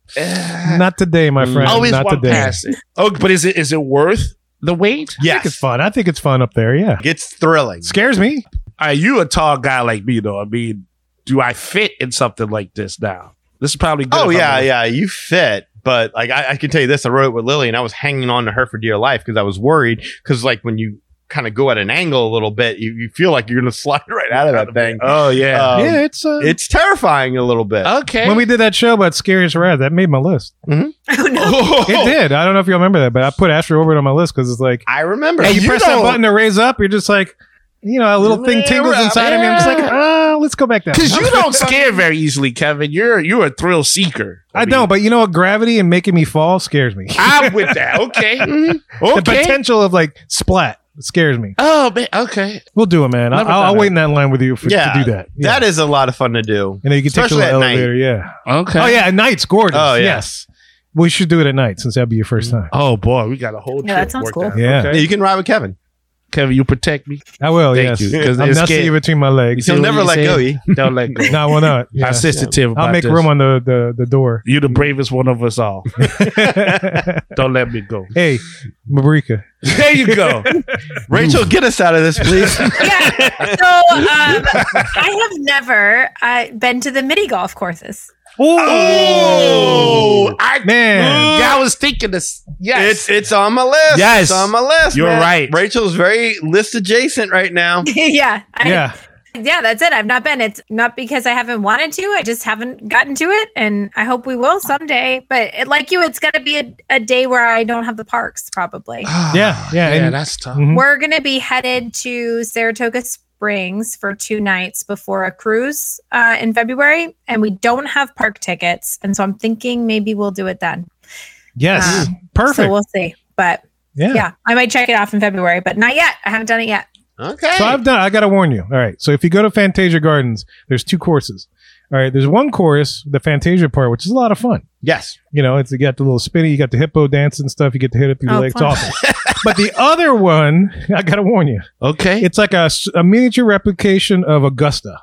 not today, my friend. always not walk today. past it. Oh, but is it is it worth the wait? I think Yes. it's fun. I think it's fun up there. Yeah, It's thrilling. scares me. Are you a tall guy like me though? I mean, do I fit in something like this now? This is probably good. Oh if I'm yeah, a- yeah. You fit, but like I, I can tell you this, I rode it with Lily, and I was hanging on to her for dear life because I was worried because like when you kind of go at an angle a little bit, you, you feel like you're going to *laughs* slide right out of that thing. Oh yeah. Um, yeah, it's uh, It's terrifying a little Oh, bit. Uh, okay. *laughs* when we did that show about Scariest Ride, that made my list. *laughs* *laughs* Oh, no. It did. I don't know if you remember that, but I put Astro Orbit on my list because it's like, I remember. hey, you, press that don't- button to raise up, you're just like, you know, a little thing tingles inside of me. I'm just like, ah, let's go back down. Because you *laughs* don't scare very easily, Kevin. You're you're a thrill seeker. I don't, *laughs* but you know what? Gravity and making me fall scares me. I'm with that. *laughs* Okay. Mhm. The okay. potential of like splat scares me. Oh man. Okay. We'll do it, man. I'll, Never I'll thought wait in that line with you for, Yeah, to do that. Yeah. *laughs* That is a lot of fun to do. and then you can take your especially little at night. elevator. Yeah. Okay. Oh yeah, at night's gorgeous. Oh, yeah. Yes. We should do it at night since that'd be your first time. Oh boy, we got a whole. Yeah, trip that sounds worked cool. out. Yeah. Yeah, you can ride with Kevin. Kevin, you protect me. I will, Thank yes. you, 'cause I'm it's not scared. sitting between my legs. See He'll what never you let said? go. E. Don't let *laughs* go. no, I will not. Yeah. I'm sensitive. I'll about make this. room on the, the, the *laughs* door. You're the bravest one of us all. Don't let me go. hey, Marika. *laughs* There you *laughs* go. Rachel, get us out of this, *laughs* please. yeah. So um, I have never uh, been to the mini golf courses. *laughs* Oh, I Man. Yeah, I was thinking this. Yes, It's it's on my list. Yes. it's on my list. You're man. right. Rachel's very list adjacent right now. yeah. I, Yeah. Yeah, that's it. I've not been. It's not because I haven't wanted to. I just haven't gotten to it, and I hope we will someday. But it, like you, it's going to be a, a day where I don't have the parks. Probably, Ah, Yeah. Yeah. yeah, Mm. and- that's tough. mhm. we're going to be headed to Saratoga Springs for two nights before a cruise uh, in February, and we don't have park tickets, and so I'm thinking maybe we'll do it then. Yes. Um, Perfect. So we'll see. But yeah. yeah, I might check it off in February, but not yet. I haven't done it yet. Okay. So I've done. I gotta warn you. All right. So if you go to Fantasia Gardens, there's two courses. All right. There's one course, the Fantasia part, which is a lot of fun. yes. You know, it's you got the little spinny, you got the hippo dance and stuff. You get to hit it through the Oh, legs. fun. Awesome. *laughs* but the other one, I gotta warn you. Okay. It's like a, s- a miniature replication of Augusta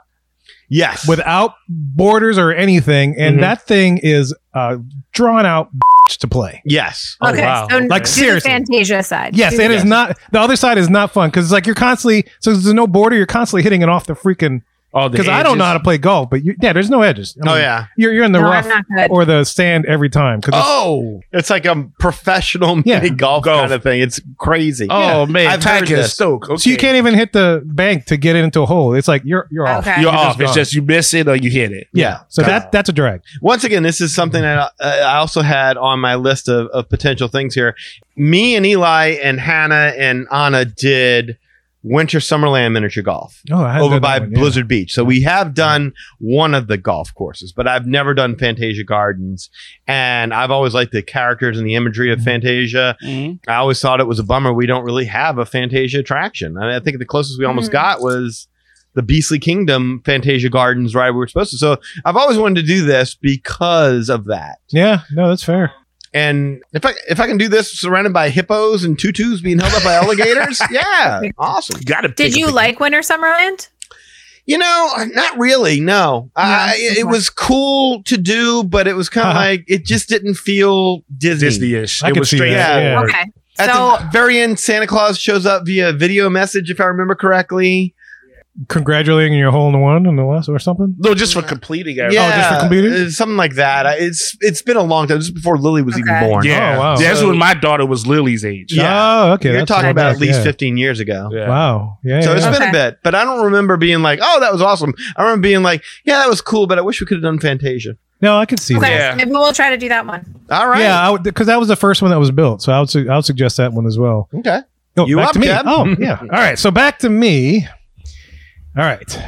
Yes. without borders or anything, and Mhm. that thing is uh, drawn out *laughs* to play. yes. Oh, wow. So Like, do seriously. the Fantasia side. Yes, Do the- and it's not the other side is not fun because it's like you're constantly so there's no border. You're constantly hitting it off the freaking Oh, because I don't know how to play golf. But you, yeah, there's no edges. I Oh mean, yeah. you're you're in the No, rough I'm not good. or the sand every time. 'cause it's- Oh, It's like a professional Yeah. mini golf, Golf. kind of thing. It's crazy. oh man, I've I've heard this. Stoke. Oh, Okay. so you can't even hit the bank to get it into a hole. It's like you're you're off. Okay. You're You're just off. It's gone. just you miss it or you hit it. Yeah. So that that's a drag. Once again, this is something that uh, I also had on my list of, of potential things here. Me and Eli and Hannah and Anna did Winter Summerland miniature golf Oh, I hadn't over done that by one, yeah. Blizzard Beach. So we have done one of the golf courses, but I've never done Fantasia Gardens. And I've always liked the characters and the imagery Mm-hmm. of Fantasia. Mm-hmm. I always thought it was a bummer we don't really have a Fantasia attraction. I, I think the closest we almost Mhm. got was the Beastly Kingdom Fantasia Gardens ride we were supposed to. So I've always wanted to do this because of that. Yeah. No, that's fair. And if I if I can do this surrounded by hippos and tutus being held up by alligators, yeah, awesome. Got to. Did you like Winter Summerland? You know, not really. No, I, Yeah, it okay. was cool to do, but it was kind of Uh-huh. like it just didn't feel Disney. Disney-ish? I It could was see straight. that. Yeah. Yeah. Okay. At So the very end, Santa Claus shows up via video message, if I remember correctly. Congratulating your hole in one and the last or something. No, just for completing it. Yeah, Oh, just for completing? uh, something like that. I- It's it's been a long time. This is before Lily was even Okay. born. Yeah. Oh, wow. Yeah, That's So- when my daughter was Lily's age. Oh, okay. You're that's talking way about at back, least yeah. 15 years ago. Yeah. Wow. Yeah. So yeah. it's been a Okay. bit, but I don't remember being like, "Oh, that was awesome." I remember being like, "Yeah, that was cool," but I wish we could have done Fantasia. no, I could see okay, that. Yeah. maybe we'll try to do that one. All right. Yeah, because that was the first one that was built, so I would su- I would suggest that one as well. Okay. Oh, You back up, to me? Kev? Oh, *laughs* yeah. All right, so back to me. All right,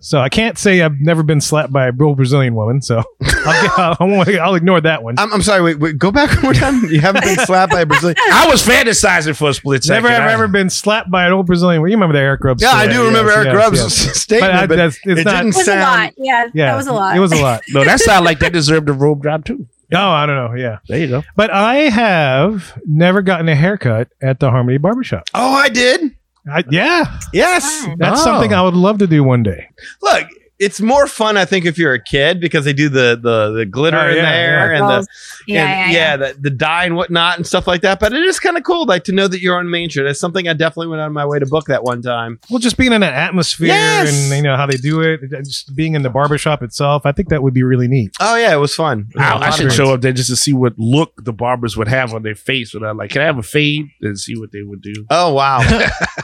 so I can't say I've never been slapped by a real Brazilian woman, so *laughs* I'll, get, I'll, I'll, ignore that one. I'm, I'm sorry. Wait, wait. Go back one more time. You haven't *laughs* been slapped by a Brazilian. I was fantasizing for a split second. Never have I- ever been slapped by an old Brazilian. woman. You remember the Eric Grubbs? Yeah, I story. do Yes, remember Eric yes, Grubbs' yes. statement, But I- but that's- it's it not- didn't It was a lot. sound. Yeah, Yeah, that was a lot. It was a *laughs* lot. No, that sounded like that deserved a robe drop too. No, I don't know. Yeah, There you go. but I have never gotten a haircut at the Harmony Barbershop. Oh, I did. I, yeah, Yes. Fun. that's Oh. something I would love to do one day. Look, it's more fun, I think, if you're a kid because they do the the, the glitter Oh, in yeah, there and the Girls. yeah, and, yeah, yeah. the, the dye and whatnot and stuff like that. But it is kind of cool, like to know that you're on Main Street. That's something I definitely went out of my way to book that one time. Well, just being in an atmosphere Yes! and you know how they do it, uh, just being in the barbershop itself, I think that would be really neat. Oh yeah, it was fun. It was a I, lot I of should fun. show up there just to see what look the barbers would have on their face. When I'm like, can I have a fade and see what they would do? Oh wow, *laughs*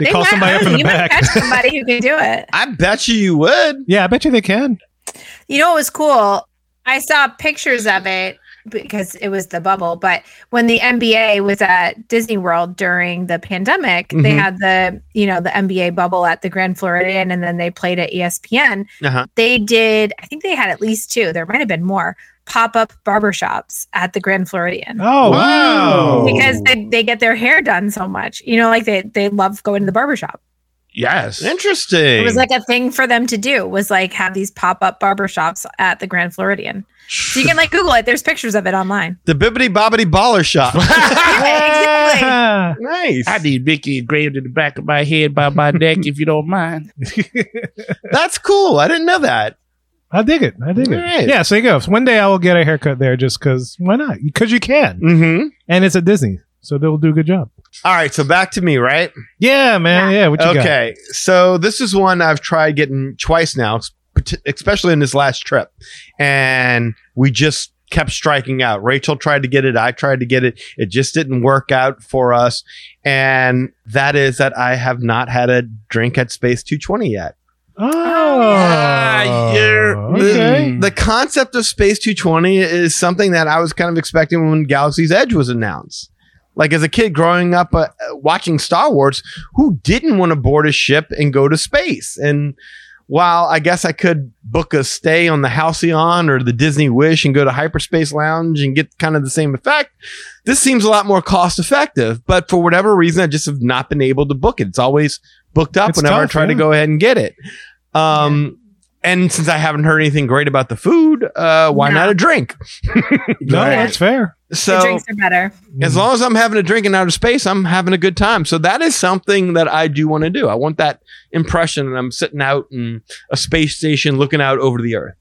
They, call might- somebody up in you the might back. catch somebody who can do it. I bet you you would. Yeah, I bet you they can. *laughs* You know, it was cool. I saw pictures of it because it was the bubble. But when the NBA was at Disney World during the pandemic, they Mhm. had the you know the NBA bubble at the Grand Floridian, and then they played at E ESPN. Uh-huh. They did. I think they had at least two. There might have been more pop up barbershops at the Grand Floridian. Oh Wow. Because they, they get their hair done so much. You know, like they, they love going to the barbershop. Yes. Interesting. It was like a thing for them to do was like have these pop up barbershops at the Grand Floridian. So you can like Google it. There's pictures of *laughs* it online. the bibbity bobbity baller shop. Yeah, *laughs* exactly. Ah. nice. I need Mickey engraved in the back of my head *laughs* by my neck, if you don't mind. That's cool. I didn't know that. I dig it. I dig it. All right. Yeah, so you go. So one day I will get a haircut there just because why not? Because you can. Mm-hmm. And it's at Disney, so they'll do a good job. All right, so back to me, right? Yeah, man. Yeah, what you got? Okay, so this is one I've tried getting twice now, sp- especially in this last trip, and we just kept striking out. Rachel tried to get it, I tried to get it, it just didn't work out for us, and that is that I have not had a drink at Space 220 yet. Oh, Ah, you're- okay. The concept of Space 220 is something that I was kind of expecting when Galaxy's Edge was announced. Like as a kid growing up uh, uh, watching Star Wars, who didn't want to board a ship and go to space? And while I guess I could book a stay on the Halcyon or the Disney Wish and go to Hyperspace Lounge and get kind of the same effect, this seems a lot more cost effective. But for whatever reason, I just have not been able to book it. It's always booked up It's whenever I tough, try to yeah. go ahead and get it. Um, and since I haven't heard anything great about the food, uh, why No. not a drink? *laughs* No, Right. that's fair. the So drinks are better. as long as I'm having a drink in outer space, I'm having a good time. So that is something that I do want to do. I want that impression that I'm sitting out in a space station looking out over the earth.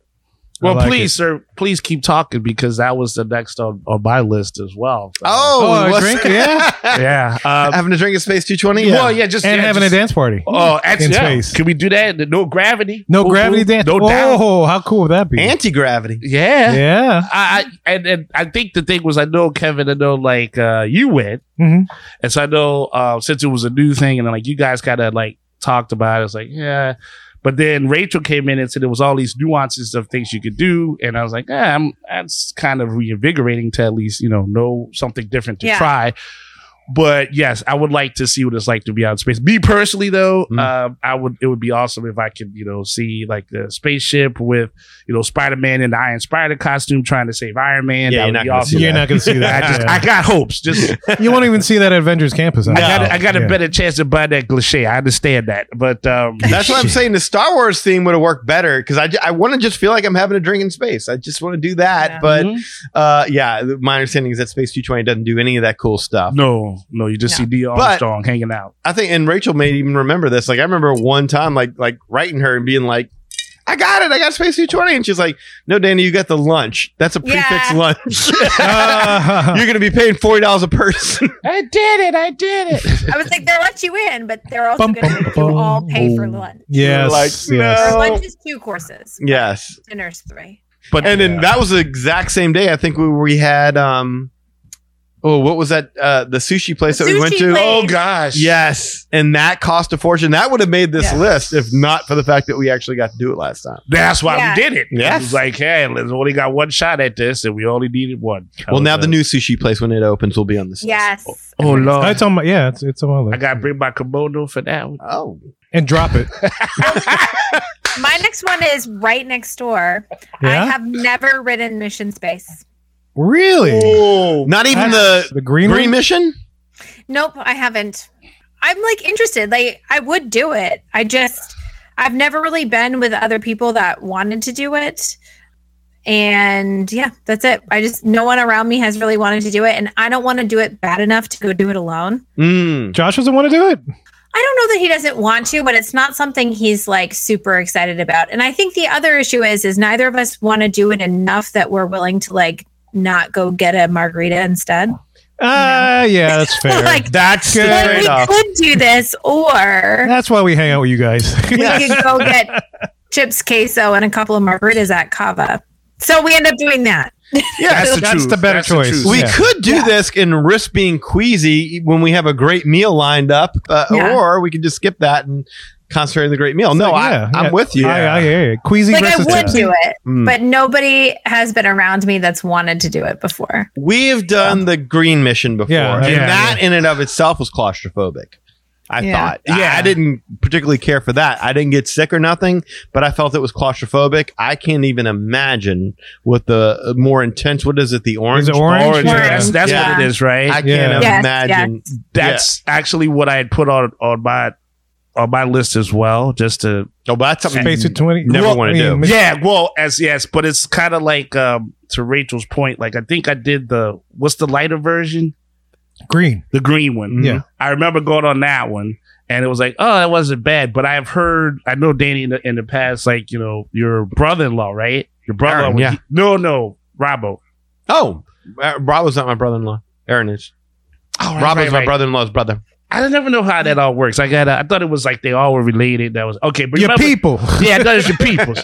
Well, like please, sir, please keep talking because that was the next on, on my list as well. So- Oh, a what's- drink, *laughs* yeah? *laughs* yeah. Uh, *laughs* having a drink at Space 220? Well, yeah, just and yeah, having just- a dance party. Oh, that's in yeah. space. Can we do that? No gravity. No Ooh, gravity ooh, dance. No down. oh, how cool would that be? Anti gravity. Yeah. yeah. I, I and, and I think the thing was I know Kevin I know like uh you went Mhm. and so I know uh since it was a new thing and then, like you guys kind of like talked about it, it's like yeah but then Rachel came in and said there was all these nuances of things you could do and I was like yeah I'm that's kind of reinvigorating to at least you know know something different to Yeah. try but yes I would like to see what it's like to be out in space me personally though Mm. um, I would it would be awesome if I could you know see like the spaceship with you know, Spider Man in the Iron Spider costume trying to save Iron Man. Yeah, you're that would not be gonna awesome. see You're not going to *laughs* see I that. *laughs* just, Yeah. I got hopes. Just you won't even see that at Avengers Campus. I got, I got a Yeah. better chance to buy that cliche. I understand that, but *laughs* um, That's *laughs* what I'm saying. The Star Wars theme would have worked better because I, ju- I want to just feel like I'm having a drink in space. I just want to do that. Yeah. *laughs* But uh, yeah, th- my understanding is that Space 220 doesn't do any of that cool stuff. no, no, you just No. see D Armstrong hanging out. I think, and Rachel may even remember this. Like I remember one time, like like writing her and being like, "I got it, I got Space 220," and she's like, "No, Danny, you got the lunch. That's a Yeah. prefix lunch. *laughs* Ah, *laughs* You're gonna be paying forty dollars a person." I did it! I did it! I was like, they'll let you in, but they're also Bum, going to bum, make you all pay for bum. lunch. yes. Like, yes. no. Lunch is two courses. yes, Dinner's three. But and then that was the exact same day. I think we we had um, oh, what was that? Uh, the sushi place The that we went sushi to. place. oh gosh, Yes, and that cost a fortune. That would have made this Yeah. list if not for the fact that we actually got to do it last time. that's why Yeah. we did it. Yes. it was like, hey, let's only got one shot at this, and we only needed one. I well, was now like, the new sushi place when it opens will be on this. Yes. Oh lord, Oh, it's on my, yeah, it's, it's on my list. I gotta bring my kimono for that one. List. Oh, and drop it. My next one is right next door. I Yeah? have never ridden Mission Space. really? not even That's- the the green, green one? mission. Nope, I haven't. I'm like interested. Like I would do it. I just I've never really been with other people that wanted to do it. And yeah, that's it. I just no one around me has really wanted to do it and I don't want to do it bad enough to go do it alone. Hmm. Mm. Josh doesn't want to do it. I I don't know that he doesn't want to, but it's not something he's like super excited about. And I think the other issue is is neither of us want to do it enough that we're willing to like not go get a margarita instead. Ah, yeah, *laughs* that's fair. Like, That's the Good. Like, trade we off. could do this, *laughs* or that's why we hang out with you guys. *laughs* we could go get chips, queso, and a couple of margaritas at Cava. So we end up doing that. Yeah, that's the, better choice. We Yeah. could do this and risk being queasy when we have a great meal lined up, uh, Yeah. or we could just skip that and concentrate on the great meal. No, Yeah, I, I'm yeah. with you. I, I hear you. Queasy Like I versus would tipsy. do it, Mm. but nobody has been around me that's wanted to do it before. We've done the green mission before, Yeah, and yeah, that in and of itself was claustrophobic. I Yeah. thought. Yeah, I, didn't particularly care for that. I didn't get sick or nothing, but I felt it was claustrophobic. I can't even imagine what the uh, more intense. What is it? The orange. Is it orange? Orange, Yeah. That's, that's Yeah. what it is, right? I can't Yeah. Yes, imagine. that's actually what I had put on on my on my list as well, just to Oh, but that's something Space you at 20. never wanna do. mean, yeah. Well, as yes, but it's kind of like um, to Rachel's point. Like I think I did the what's the lighter version, Green. the green Mm-hmm. one. Yeah. I remember going on that one, and it was like, oh, that wasn't bad. But I've heard, I know Danny in the, in the past, like you know, your brother-in-law, right? Your brother-in-law. Aaron, was- yeah. no, no, Robbo. Oh, uh, Rob was not my brother-in-law. Aaron is. Oh, Rob was my brother-in-law's brother. I never know how that all works. I got. I thought it was like they all were related. That was okay. But Your remember- people. Yeah, I thought it was your people's.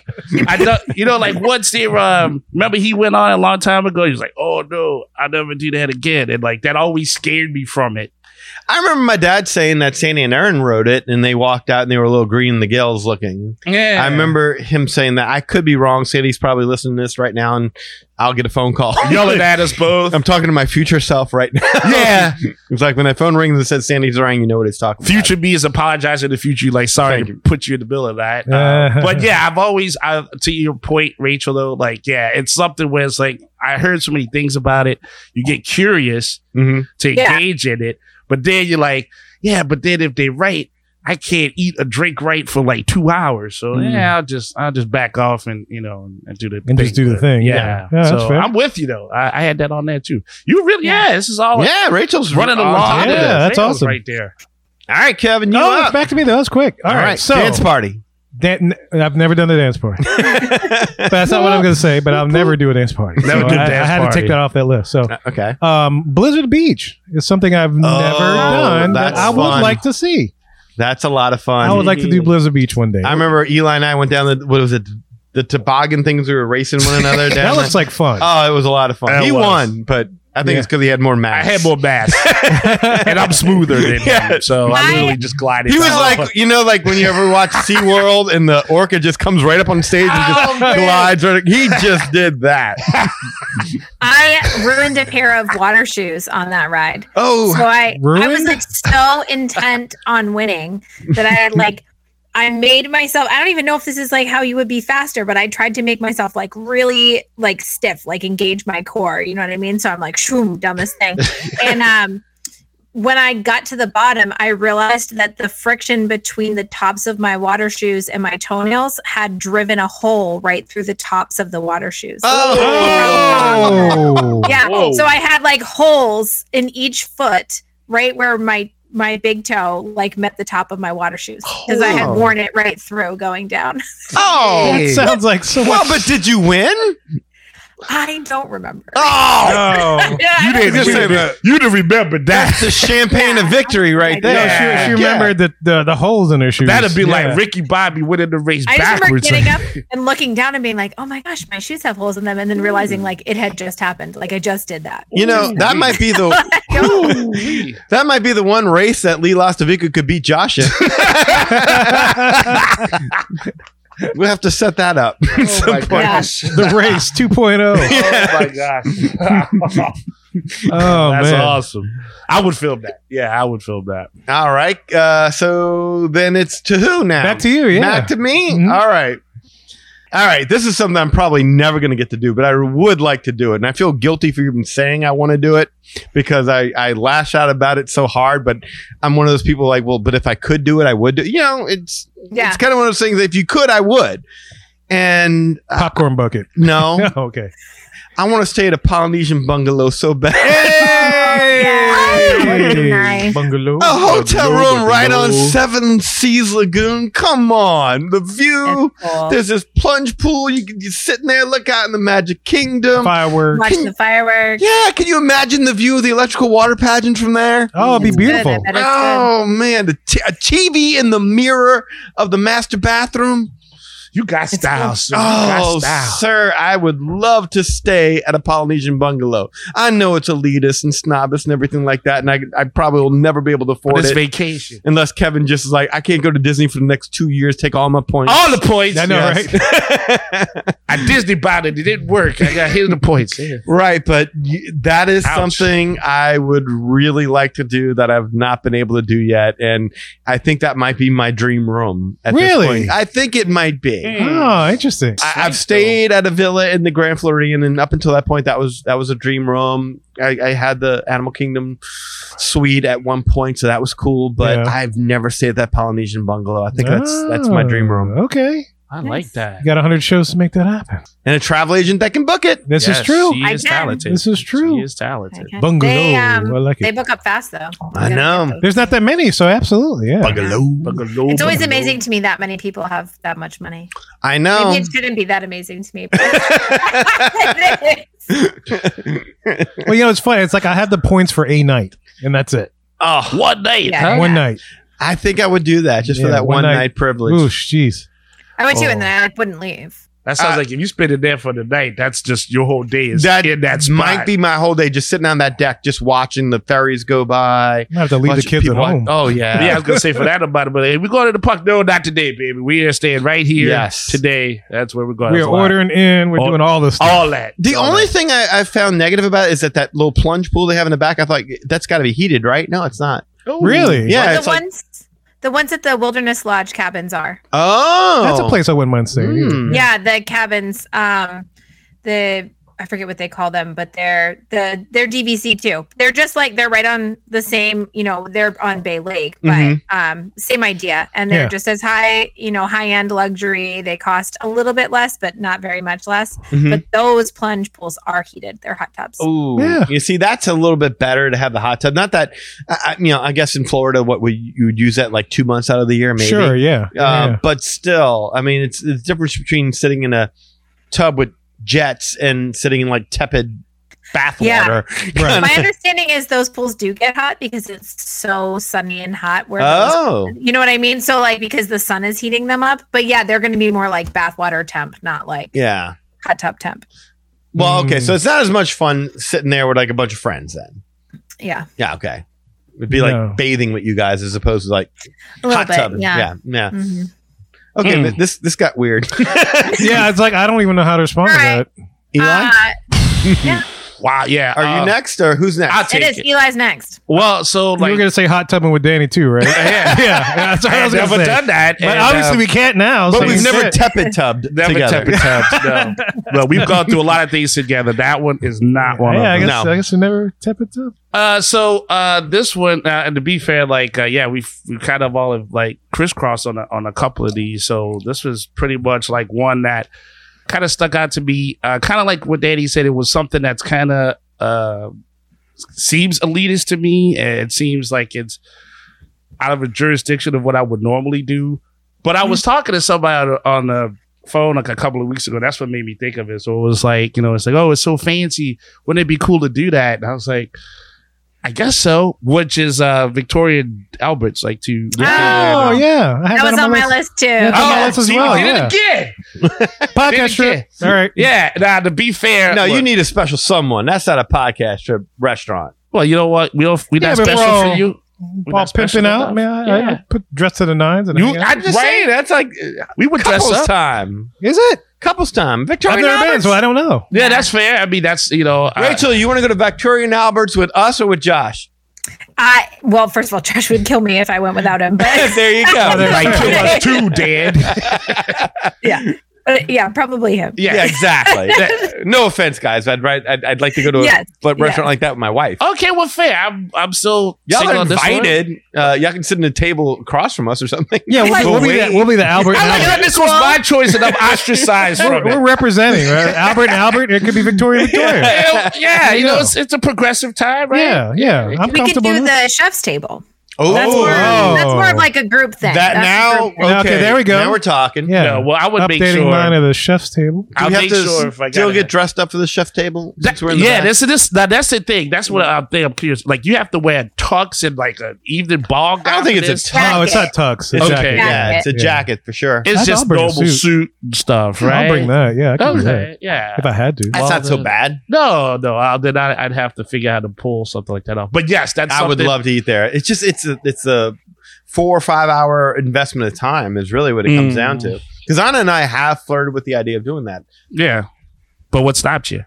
I thought, you know, like once they um, remember he went on a long time ago. He was like, "Oh no, I'll never do that again," and like that always scared me from it. I remember my dad saying that Sandy and Aaron wrote it, and they walked out and they were a little green in the gills looking. Yeah, I remember him saying that. I could be wrong. Sandy's probably listening to this right now, and I'll get a phone *laughs* call. yelling at us both. I'm talking to my future self right now. *laughs* yeah, it's like when that phone rings and says Sandy's rang, you know what it's talking about. future me is apologizing to future you. Like, sorry to put you in the bill of that. Um, Uh, but yeah, I've always, I, to your point, Rachel, though, like, yeah, it's something where it's like, I heard so many things about it. You get curious Mhm. to Yeah. engage in it, but then you're like, yeah, but then if they write, I can't eat a drink right for like two hours. So Mm. yeah, I'll just, I'll just back off and, you know, and, do the And just do the thing, yeah. Yeah. Yeah, that's so fair. I'm with you, though. I, I had that on there too. You really, yeah, this is Oh, all Yeah, Rachel's running on along. top of Yeah, this. that's awesome. Right there. All right, Kevin, you oh, up. it's back to me, though. That was quick. All right, So, dance party. dan- I've never done a dance *laughs* party. That's not what I'm going to say, but I'll never do a dance party. Never So do a I, dance I had to party. take that off that list. So, Uh, okay. um, Blizzard Beach is something I've never done that Oh, that's I would fun. like to see. That's a lot of fun. I would like to do Blizzard Beach one day. I remember Eli and I went down the what was it the toboggan things we were racing *laughs* one another that down. looks like fun. oh, it was a lot of fun. That He was. won, but I think Yeah. it's because he had more I mass. had more *laughs* mass. *laughs* and I'm smoother than Yeah. him. So I My- literally just glided. *laughs* He was down. *laughs* like, you know, like when you ever watch SeaWorld and the orca just comes right up on stage and Oh, just glides. Right, he just did *laughs* that. I ruined a pair of water shoes on that ride. Oh, so I, I was ruined? like so intent on winning that I had like I made myself I don't even know if this is like how you would be faster, but I tried to make myself like really like stiff, like engage my core, you know what I mean? So I'm like shoom down this thing. and um when I got to the bottom, I realized that the friction between the tops of my water shoes and my toenails had driven a hole right through the tops of the water shoes. oh. Yeah. Whoa. So I had like holes in each foot, right where my my big toe like met the top of my water shoes because I had Oh. worn it right through going down. *laughs* That oh. sounds like so Well, much. but did you win? I don't remember. Oh, *laughs* Oh. Yeah, you I didn't, Just you say didn't- that. you didn't remember that's that. *laughs* the champagne of victory right No, No, there. she, she remembered the, the, the holes in her shoes. That'd be Yeah. like Ricky Bobby winning the race I just remember backwards. *laughs* getting up and looking down and being like, "Oh my gosh, my shoes have holes in them," and then realizing like it had just happened. Like I just did that. *laughs* You know that might be *laughs* the that might be the one race that Lee Lastavica could beat Josh in. *laughs* we'll have to set that *laughs* up. at Oh some my point. gosh. the race *laughs* 2.0. Oh *laughs* my gosh. Oh, *laughs* That's man. awesome. I would film that. Yeah, I would film that. All right. Uh, so then it's to who now? Back to you, yeah. Back to me. Mhm. All right. All right. This is something I'm probably never going to get to do, but I would like to do it. And I feel guilty for even saying I want to do it because I, I lash out about it so hard. But I'm one of those people like, well, but if I could do it, I would do it. You know, it's, Yeah. it's kind of one of those things. If you could, I would. And uh, Popcorn *laughs* bucket. Oh, no, *laughs* okay. I want to stay at *laughs* a Polynesian bungalow so bad. Yeah. Nice. Bungalow. A hotel Bungalow, room right on bungalow. Seven Seas Lagoon. Come on, the view. That's cool. There's this plunge pool. You can you sitting there, look out in the Magic Kingdom. Fireworks. Watch the fireworks. Yeah, can you imagine the view of the electrical water pageant from there? Oh, it'd be It's good. I beautiful. bet it's good. Oh man, the t- a TV in the mirror of the master bathroom. You got style, sir. You Oh, got style. sir, I would love to stay at a Polynesian bungalow. I know it's elitist and snobbish and everything like that, and I, I probably will never be able to But afford it's it vacation. unless Kevin just is like, I can't go to Disney for the next two years. Take all my points. All the points. I know, right? I Disney bought it. It didn't work. I *laughs* got hit in the points. *laughs* Right, but y- that is Ouch. something I would really like to do that I've not been able to do yet, and I think that might be my dream room. At Really? this point. I think it might be. *laughs* Oh, interesting. I, I've stayed at a villa in the Grand Floridian, and up until that point, that was that was a dream room. I, I had the Animal Kingdom suite at one point, so that was cool. But Yeah. I've never stayed at that Polynesian bungalow. I think that's that's my Oh, dream room, Okay. I like that. You got 100 shows to make that happen. and a travel agent that can book it. This Yes, is true. She I is can. talented. This is true. She is talented. Okay. Bungalow. They, um, I like they it. book up fast though. I know. There's not that many, so absolutely. Yeah. It's always amazing to me that many people have that much money. I know. Maybe it shouldn't be that amazing to me. But *laughs* it is. Well, you know, it's funny. It's like I have the points for a night, and that's it. Oh, one night. Yeah. huh? One night. *laughs* I think I would do that just for Yeah, that one one night, night- privilege. Oosh, jeez. I went to it and then I wouldn't leave. That sounds Uh, like if you spend it there for the night, that's just your whole day is That in that spot. might be my whole day just sitting on that deck, just watching the ferries go by. I have to leave watching the kids at people- home. Oh yeah, yeah, I was gonna say for that amount of money, hey, we going to the park. No, not today, baby. We are staying right here Yes. today. That's where we're going. we That's are why. ordering in. We're Oh. doing all this stuff. all that. The All only that. thing I, I found negative about it is that that little plunge pool they have in the back. I thought that's got to be heated, right? No, it's not. oh, really? Yeah, Well, it's the like ones the ones at the Wilderness Lodge cabins are. oh, That's a place I wouldn't mind staying. either. Hmm. Yeah, the cabins. Um, the I forget what they call them, but they're the they're DVC too. They're just like they're right on the same. You know, they're on Bay Lake, but Mhm. um, same idea. And they're Yeah. just as high. You know, high end luxury. They cost a little bit less, but not very much less. Mhm. But those plunge pools are heated. They're hot tubs. Ooh, Yeah. you see, that's a little bit better to have the hot tub. Not that, I, I- you know, I guess in Florida, what would you would use that like two months out of the year, maybe. Sure, yeah. Uh, yeah. But still, I mean, it's the difference between sitting in a tub with jets and sitting in like tepid bath Yeah. water. *laughs* Right. My understanding is those pools do get hot because it's so sunny and hot. Where those Oh, You know what I mean? So like because the sun is heating them up, but yeah, they're going to be more like bathwater temp, not like yeah. hot tub temp. Well, okay, Mm. so it's not as much fun sitting there with like a bunch of friends then. Yeah, Yeah, okay. It'd be like No. bathing with you guys as opposed to like a little hot bit. tub. Yeah. yeah, yeah. Mhm. Okay, th- this this got weird. *laughs* yeah, it's like I don't even know how to respond to All right. that. Eli, Uh, Wow. Yeah. are uh, you next or who's next? I'll it take is. it. Eli's next. Well, so you like were gonna say hot tubbing with Danny too, right? Yeah. *laughs* yeah. That's what I I was have gonna never say. done that, but and, obviously uh, we can't now. but so we've you never said- tepid tubbed *laughs* never together. tepid tubs. *laughs* No. Well, we've gone through a lot of things together. That one is not one yeah, I of them. guess I guess we never tep it up. Uh, so uh, this one, uh, and to be fair, like uh, yeah, we've we kind of all have like crisscrossed on a, on a couple of these. So this was pretty much like one that kind of stuck out to me. Uh, kind of like what Danny said, it was something that's kind of uh, seems elitist to me. and It seems like it's out of a jurisdiction of what I would normally do. But Mm-hmm. I was talking to somebody on- on the phone like a couple of weeks ago. That's what made me think of it. So it was like, you know, it's like, oh, it's so fancy. Wouldn't it be cool to do that? And I was like, I guess so. Which is uh Victorian Alberts, like to. uh, Oh, Oh, Oh yeah, I have That was on my list too. Yeah, Yeah. on my list as see, well, we did yeah. it again. Podcast Didn't trip. All right. Yeah. Now, to be fair, *laughs* No, you look, need a special someone. That's not a podcast trip restaurant. Well, you know what? We don't. We Yeah, not but special we're all- for you. We're All not special pimping out, enough. man. I, I Yeah. put dress to the nines and You, hang out. I'm just saying. that's like We would dress couples up. time. is it? Couples time. Victoria. I've never been, so I don't know. Yeah, that's fair. I mean, that's you know, I- *laughs* Rachel, you want to go to Victoria and Alberts with us or with *laughs* Josh? *laughs* I well, first of all, Josh would kill me *laughs* if *laughs* I went without him. But there you go. Right. like two us two, Dad. yeah, Uh, yeah, probably him. Yeah, exactly. That- no offense, guys. I'd right. I'd, I'd like to go to a Yes, but yes. restaurant like that with my wife. *laughs* Okay, well, fair. I'm, I'm still Y'all single are at this point. invited. Uh, y'all can sit in a table across from us *laughs* or something. Yeah, we'll be, we'll be, the, we'll be the Albert. and I like Albert. that this was my choice and I'm ostracized We're, from we're it. representing right? Albert and Albert. It could be Victoria and Victoria. Yeah, yeah, you Yeah. know, it's, it's a progressive time, right? Yeah, yeah. I'm we could comfortable. do with that. the chef's table. Oh, That's more. oh. That's more of like a group thing. that That's a now. group- Okay, Okay, there we go. Now we're talking. Yeah. No, well, I would make Updating sure. mine of the chef's table. Do I'll we have make to sure if I still gotta- get dressed up for the chef table? That- since we're in the yeah, back? this is this. Now that's the thing. That's what I think I'm curious. Like you have to wear tux and like an evening ball gown. I don't think it's a tux. Jacket. Oh, it's not Tux. It's Okay. jacket. Yeah. Yeah, it's a Yeah. jacket for sure. It's I'll just bring a normal suit. suit. and stuff, right? I'll bring that. Yeah, I could do that Okay, yeah. if I had to. That's not so then- bad. No, no. I'll, then I, I'd have to figure out how to pull something like that off. But yes, that's. I would something- love to eat there. It's just it's a it's a four or five hour investment of time is really what it comes Mm. down to. Because Anna and I have flirted with the idea of doing that. Yeah, but what stopped you?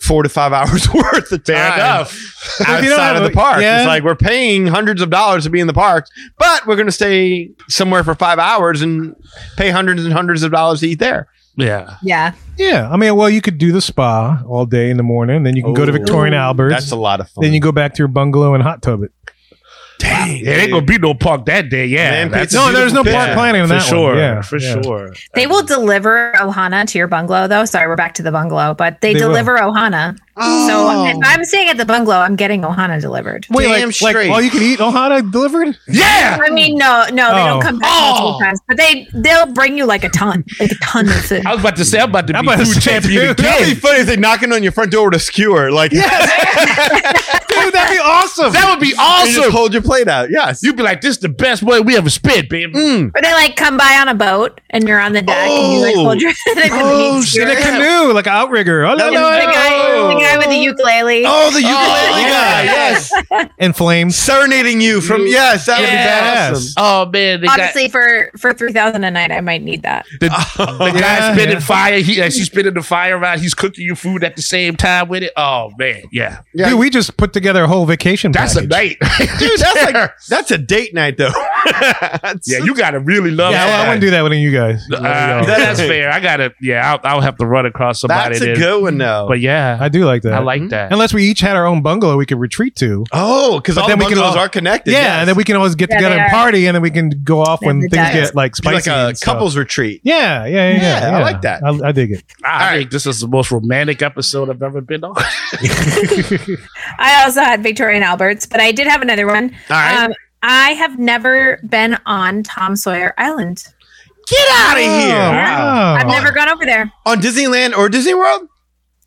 Four to five *laughs* hours worth of time Fair enough. If you don't outside have of the a- park. yeah. It's like we're paying hundreds of dollars to be in the park, but we're going to stay somewhere for five hours and pay hundreds and hundreds of dollars to eat there. Yeah. Yeah. Yeah, I mean, well, you could do the spa all day in the morning, then you can go to Ooh. Victorian Alberts. Oh, That's a lot of fun. then you go back to your bungalow and hot tub it. Dang, it ain't gonna be no park that day. Yeah, Man, that's- It's a No, there's no beautiful park picture. planning on for that sure. one. Yeah, for yeah. sure. They will deliver Ohana to your bungalow, though. Sorry, we're back to the bungalow, but they, They will. deliver Ohana. So if I'm staying at the bungalow, I'm getting Ohana delivered. Wait, Damn like, like straight. all you can eat Ohana delivered? Yeah. I mean, no, no, they Oh. don't come back multiple times, but they they'll bring you like a ton, like a ton of food. I was about to say I'm about to I'm be about to food say, champion dude, again. That'd be funny if they knocking on your front door with a skewer. Like, *laughs* Dude, that'd be awesome. *laughs* That would be you just awesome. hold your plate out. Yes. You'd be like, "This is the best way we ever spent, baby." Or they like come by on a boat and you're on the deck and you like hold your *laughs* they put the meat Oh, in Oh. a skewer. canoe, like an outrigger. Oh, la, And the, la, la. guy, the guy with the ukulele. Oh, the ukulele yeah. guy. Yes. And flames. Serenading you from, yes, that would be Yes. badass. Oh man, the guy, Honestly, for for three thousand a night, I might need that. the guy Yeah, spitting yeah. fire. He and she's spitting the fire around. He's cooking you food at the same time with it. Oh man, yeah, Dude, we just put together a whole vacation that's a package. night. *laughs* Dude, that's like *laughs* that's a date night though. *laughs* That's- yeah, you gotta really love. yeah, well, I that. wouldn't do that with you guys. Uh, that's fair. I gotta. Yeah, I'll, I'll have to run across somebody. that's a then. good one Mm-hmm. though. But yeah, I do like that. I like that. Unless we each had our own bungalow we could retreat to. oh, because But all then we the can bungalows all- are connected. Yeah, and then we can always get Yeah, together they and are. party, and then we can go off They're when the things diets. get like like spicy. a and stuff. couples retreat. Yeah, yeah, yeah, Yeah, yeah. I like that. I, I dig it. I think this is the most romantic episode I've ever *laughs* been on. *laughs* I also had Victoria and Alberts, but I did have another one. All Uh, right. Um, I have never been on Tom Sawyer Island. Get out of here. Wow. Oh, I've never gone over there. On Disneyland or Disney World?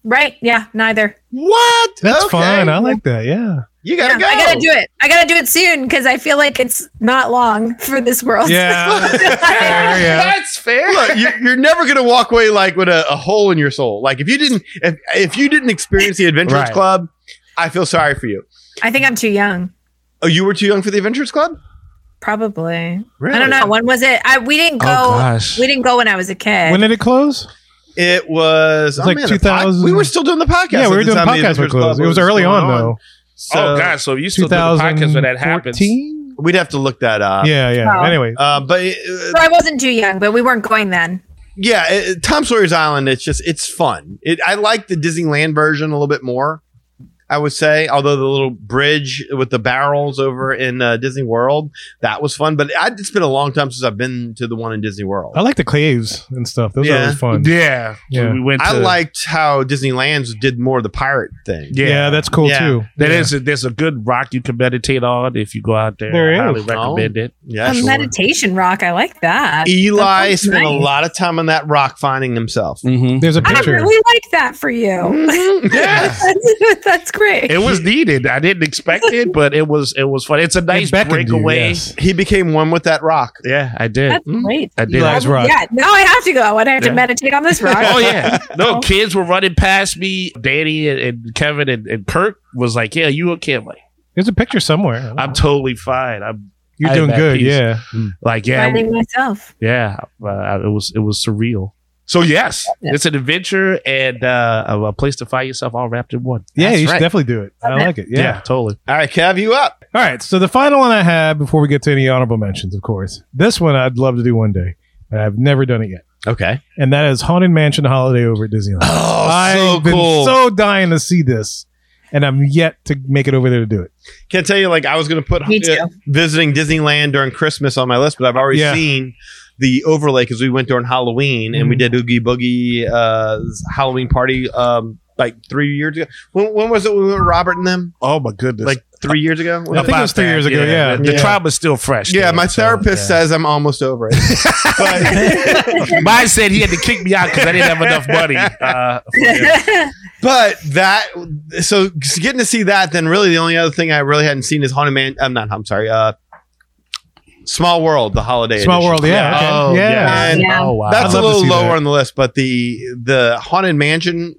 Right? Yeah, neither. What? That's Okay. fine. I like that. Yeah. You gotta Yeah, go. I gotta do it. I gotta do it soon because I feel like it's not long *laughs* for this world. Fair, yeah. That's fair. *laughs* Oh, Look, you're, you're never gonna walk away like with a, a hole in your soul. Like if you didn't if, if you didn't experience the Adventures Right. Club, I feel sorry for you. *laughs* I think I'm too young. Oh, you were too young for the Adventures Club? Probably. Really? I don't know. When was it? I Oh, we didn't go. Oh, gosh. we didn't go when I was a kid. Oh, When did it close? It was, oh, It's like the pod- 2000 we were still doing the podcast. yeah, at we were the doing time the podcasts with Adventures Club close. It was early going on, though. So oh god, so you still do the podcast when that happens? 2014? we'd have to look that up. Yeah, yeah. Wow. Anyway, Uh, but uh, so I wasn't too young, but we weren't going then. yeah, it, Tom Sawyer's Island. It's just it's fun. It, I like the Disneyland version a little bit more. I would say, although the little bridge with the barrels over in uh, Disney World that was fun. But I, it's been a long time since I've been to the one in Disney World. I like the caves and stuff. Those are Yeah. always fun. Yeah, Yeah. we went. To, I liked how Disneyland's did more of the pirate thing. Yeah, Yeah, that's cool Yeah. too. There is a, there's a good rock you can meditate on if you go out there. There I highly is. recommend it. yeah. A sure. Um, meditation rock. I like that. Eli sounds spent a nice. lot of time on that rock finding himself. Mm. Mm-hmm. There's a I picture. really like that for you. *laughs* Yeah, that's, that's great. it was needed. I didn't expect it, but it was it was fun. It's a nice beckoned you, breakaway. yes. He became one with that rock. Yeah, I did. Mm. That's great. I did. Eli's rock. Um, Yeah, now I have to go and I have Yeah. to meditate on this rock. *laughs* Oh yeah, no kids were running past me. Danny and, and Kevin and, and Kirk was like, "Yeah, you okay?" I'm like, There's a picture somewhere. I'm totally fine. I'm You're I'm doing at good. peace. Yeah. like, *laughs* yeah, Finding myself. yeah. Uh, it was it was surreal. So yes, Yeah. it's an adventure and uh, a- a place to find yourself all wrapped in one. Yeah, That's you should right. definitely do it. I like it. Yeah, yeah. totally. All right, Kev, you up? All right. So the final one I have before we get to any honorable mentions, of course. This one I'd love to do one day, but I've never done it yet. Okay. and that is Haunted Mansion Holiday over at Disneyland. Oh, I've so been cool. so dying to see this, and I'm yet to make it over there to do it. Can't tell you, like, I was going to put Me too. uh, visiting Disneyland during Christmas on my list, but I've already Yeah. seen the overlay because we went during Halloween and Mm. we did Oogie Boogie uh, Halloween party um, like three years ago. When, when was it we went with Robert and them? Oh my goodness! Like three years ago? I think it was three that, years ago. Yeah, the Yeah. tribe is still fresh. yeah, there, my so, therapist yeah. says I'm almost over *laughs* it. *laughs* Mine said he had to kick me out because I didn't have enough money. Uh, But that, so getting to see that, then really the only other thing I really hadn't seen is Haunted Man. I'm not. I'm sorry. Uh, Small World, the holiday. Small edition. World. Yeah, Yeah. okay. Oh, yeah. yeah. And Yeah. Oh wow! That's I'd love a to little see lower that. on the list, but the the Haunted Mansion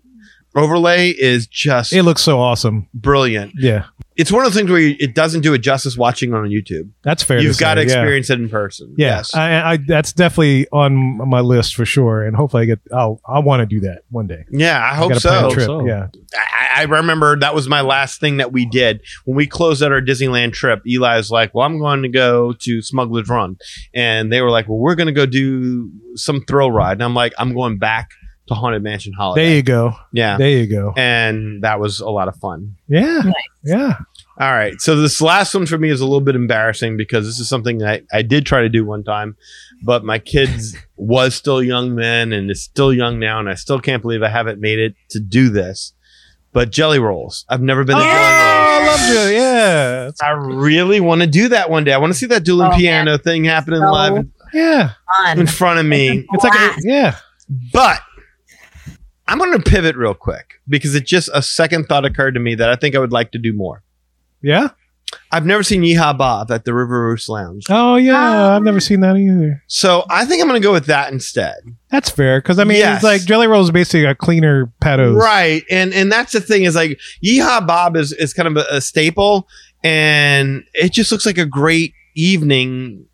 overlay is just It looks so awesome. brilliant. Yeah, It's one of the things where you, it doesn't do it justice watching on YouTube. that's fair. You've to got to say, yeah. experience it in person. Yeah. I, I, that's definitely on my list for sure, and hopefully I get. I'll, I want to do that one day. Yeah, I hope gotta plan a so. trip. so. Yeah, I, I remember that was my last thing that we did when we closed out our Disneyland trip. Eli was like, "Well, I'm going to go to Smuggler's Run," and they were like, "Well, we're going to go do some thrill ride," and I'm like, "I'm going back to Haunted Mansion there Holiday." you go. yeah, There you go. and that was a lot of fun. Yeah, yeah. All right. So this last one for me is a little bit embarrassing because this is something that I, I did try to do one time, but my kids was still young then and is still young now, and I still can't believe I haven't made it to do this. But jelly rolls. I've never been to Oh! jelly rolls. I loved you. Yeah, I really want to do that one day. I want to see that dueling Oh, man. piano thing happening So live in- yeah. in Fun. front of me. It's like *laughs* a, Blast. yeah. But I'm going to pivot real quick because it just a second thought occurred to me that I think I would like to do more. Yeah. I've never seen Yeehaw Bob at the River Roost Lounge. Oh, yeah. I've never seen that either. So I think I'm going to go with that instead. That's fair because I mean, Yes. it's like Jelly Roll is basically a cleaner patos. Right. And and that's the thing is like Yeehaw Bob is is kind of a, a staple and it just looks like a great evening.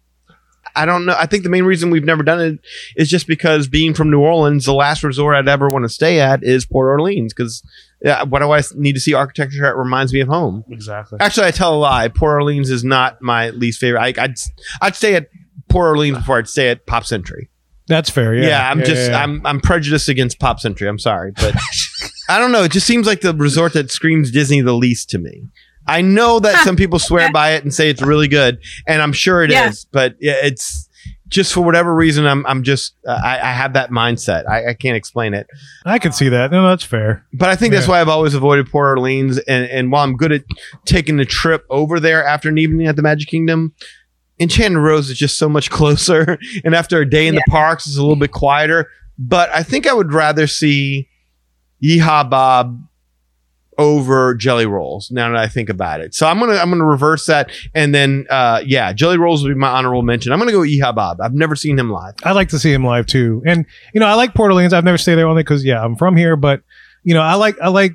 I don't know. I think the main reason we've never done it is just because being from New Orleans, the last resort I'd ever want to stay at is Port Orleans because yeah, what do I s- need to see architecture that reminds me of home? exactly. Actually, I tell a lie. Port Orleans is not my least favorite. I, I'd s- I'd stay at Port Orleans before I'd stay at Pop Century. That's fair. Yeah. Yeah, I'm just yeah. I'm I'm prejudiced against Pop Century. I'm sorry, but I don't know. It just seems like the resort that screams Disney the least to me. I know that some people swear by it and say it's really good, and I'm sure it is. Yeah. but yeah, it's just for whatever reason I'm I'm just uh, I, I have that mindset. I, I can't explain it, I could see that. No, that's fair. but I think that's why I've always avoided Port Orleans. And and while I'm good at taking a trip over there after an evening at the Magic Kingdom. Enchanted Rose is just so much *laughs* closer, and after a day in the parks, it's a little bit quieter but I think I would rather see Yeehaw Bob over Jelly Rolls. Now that I think about it, so I'm gonna I'm gonna reverse that, and then uh, yeah, Jelly Rolls would be my honorable mention. I'm gonna go with Yeehaw Bob. I've never seen him live. I like to see him live too. And you know, I like Port Orleans. I've never stayed there only because yeah, I'm from here. But you know, I like I like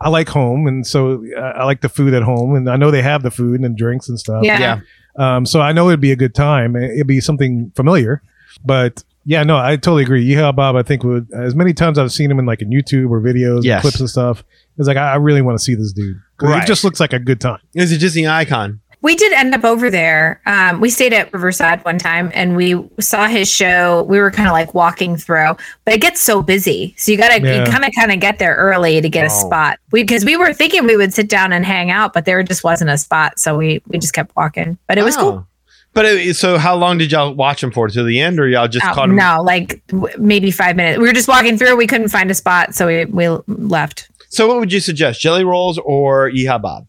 I like home, and so I, I like the food at home, and I know they have the food and drinks and stuff. Yeah. Yeah. Um, so I know it'd be a good time. It- It'd be something familiar, but yeah, no, I totally agree. Yeehaw Bob, I think would as many times I've seen him in like in YouTube or videos, Yes. and clips and stuff. It's like I, I really want to see this dude. 'Cause Right. It just looks like a good time. He's a Disney icon. We did end up over there. Um, we stayed at Riverside one time and we saw his show. We were kind of like walking through, but it gets so busy. So you got to Yeah. you kind of kind of get there early to get a Oh. spot. Because we, were thinking we would sit down and hang out, but there just wasn't a spot. So we, we just kept walking, but it was Oh. cool. But it, so, how long did y'all watch him for? To the end, or y'all just Oh, caught him? no, like w- maybe five minutes. We were just walking through. We couldn't find a spot. So we, we left. So, what would you suggest, Jelly Rolls or Yeehaw Bob?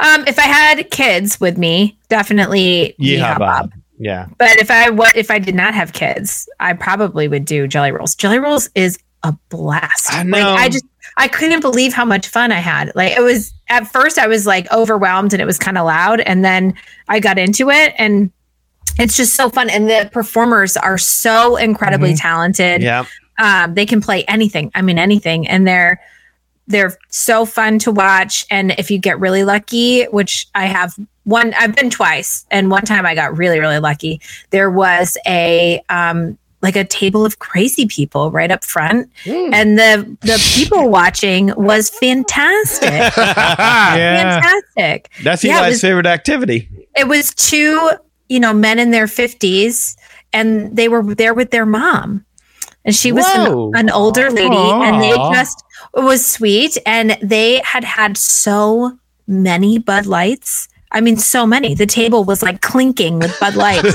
Um, if I had kids with me, definitely uh, Yeehaw Bob. Yeah, But if I what if I did not have kids, I probably would do jelly rolls. Jelly rolls is a blast. I Like, know. I just I couldn't believe how much fun I had. Like it was at first I was like overwhelmed and it was kind of loud and then I got into it and it's just so fun and the performers are so incredibly talented. Mm-hmm. yeah. Um, they can play anything. I mean anything and they're they're so fun to watch and if you get really lucky, which I have one I've been twice and one time I got really really lucky. There was a um like a table of crazy people right up front Hmm. and the the people watching *laughs* was fantastic. yeah. Ah. Fantastic. *laughs* That's Eli's Yeah, it was- favorite activity. *laughs* It was two you know, men in their 50s and they were there with their mom. And she was Whoa. an, an older lady and they Aw. just it was sweet and they had had so many Bud Lights. I mean, so many. The table was like clinking with Bud Lights.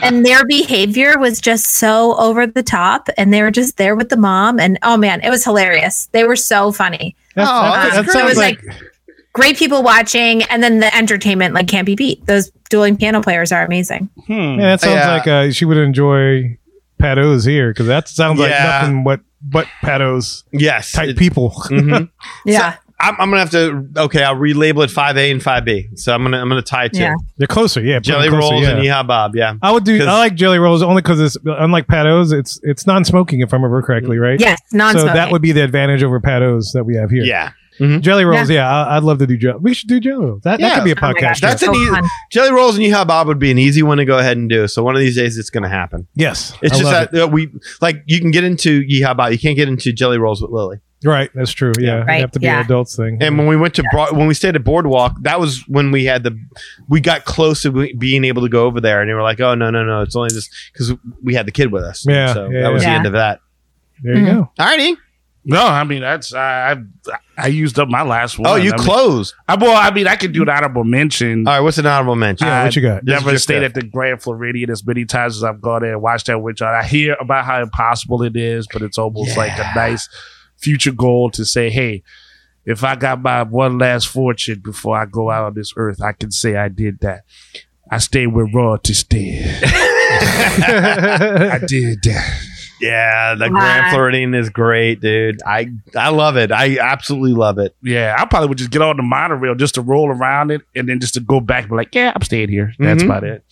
*laughs* and their behavior was just so over the top. And they were just there with the mom. And oh man, it was hilarious. They were so funny That's, Oh, that- that's that great. it sounds was like, like, great people watching, and then the entertainment like can't be beat. Those dueling piano players are amazing. Hmm. yeah, that sounds Yeah. like uh, she would enjoy patos here because that sounds like Yeah. nothing but but patos yes. type it- people. *laughs* mhm. Yeah, I'm, I'm gonna have to. Okay, I'll relabel it 5A and 5B. So I'm gonna I'm gonna tie two Yeah. They're closer, yeah. put jelly them closer, rolls yeah. and yeehaw bob. Yeah. I would do. 'Cause- I like jelly rolls only because it's unlike patos. It's it's non-smoking if I remember correctly, right? yes, non So that would be the advantage over patos that we have here. Yeah. Jelly rolls. Yeah, I, I'd love to do jelly. We should do jelly rolls. That, that Yeah. could be a Oh my gosh, podcast. That's so an easy- fun. Jelly rolls and yeehaw bob would be an easy one to go ahead and do. So one of these days it's gonna happen. yes, It's I just love that uh, we like you can get into yeehaw bob. You can't get into jelly rolls with Lily. it. right. That's true. Yeah, Right, it'd have to be yeah. an adults thing. And when we went to Broad, when we stayed at Boardwalk, that was when we had the we got close to be- being able to go over there, and they were like, "Oh no, no, no! It's only this because we had the kid with us." Yeah, so yeah, that was yeah. the end of that. there you *laughs* Mhm. go. *laughs* All righty. No, I mean that's I I, I used up my last one. Oh, you Uh, I mean- closed. I, well, I mean, I could do an honorable mention. All right. What's an honorable mention? Yeah, what you got? This is Never just stayed a- at the Grand Floridian as many times as I've gone there and watched that with y'all. I hear about how impossible it is, but it's almost like a nice future goal to say, hey, if I got my one last fortune before I go out on this earth, I can say I did that. I stayed with royalties did. *laughs* I did that. Yeah, the Wow. Grand Floridian is great, dude. I I love it. I absolutely love it. Yeah, I probably would just get on the monorail just to roll around it and then just to go back and be like, yeah, I'm staying here. That's Mhm. Mm-hmm. about it.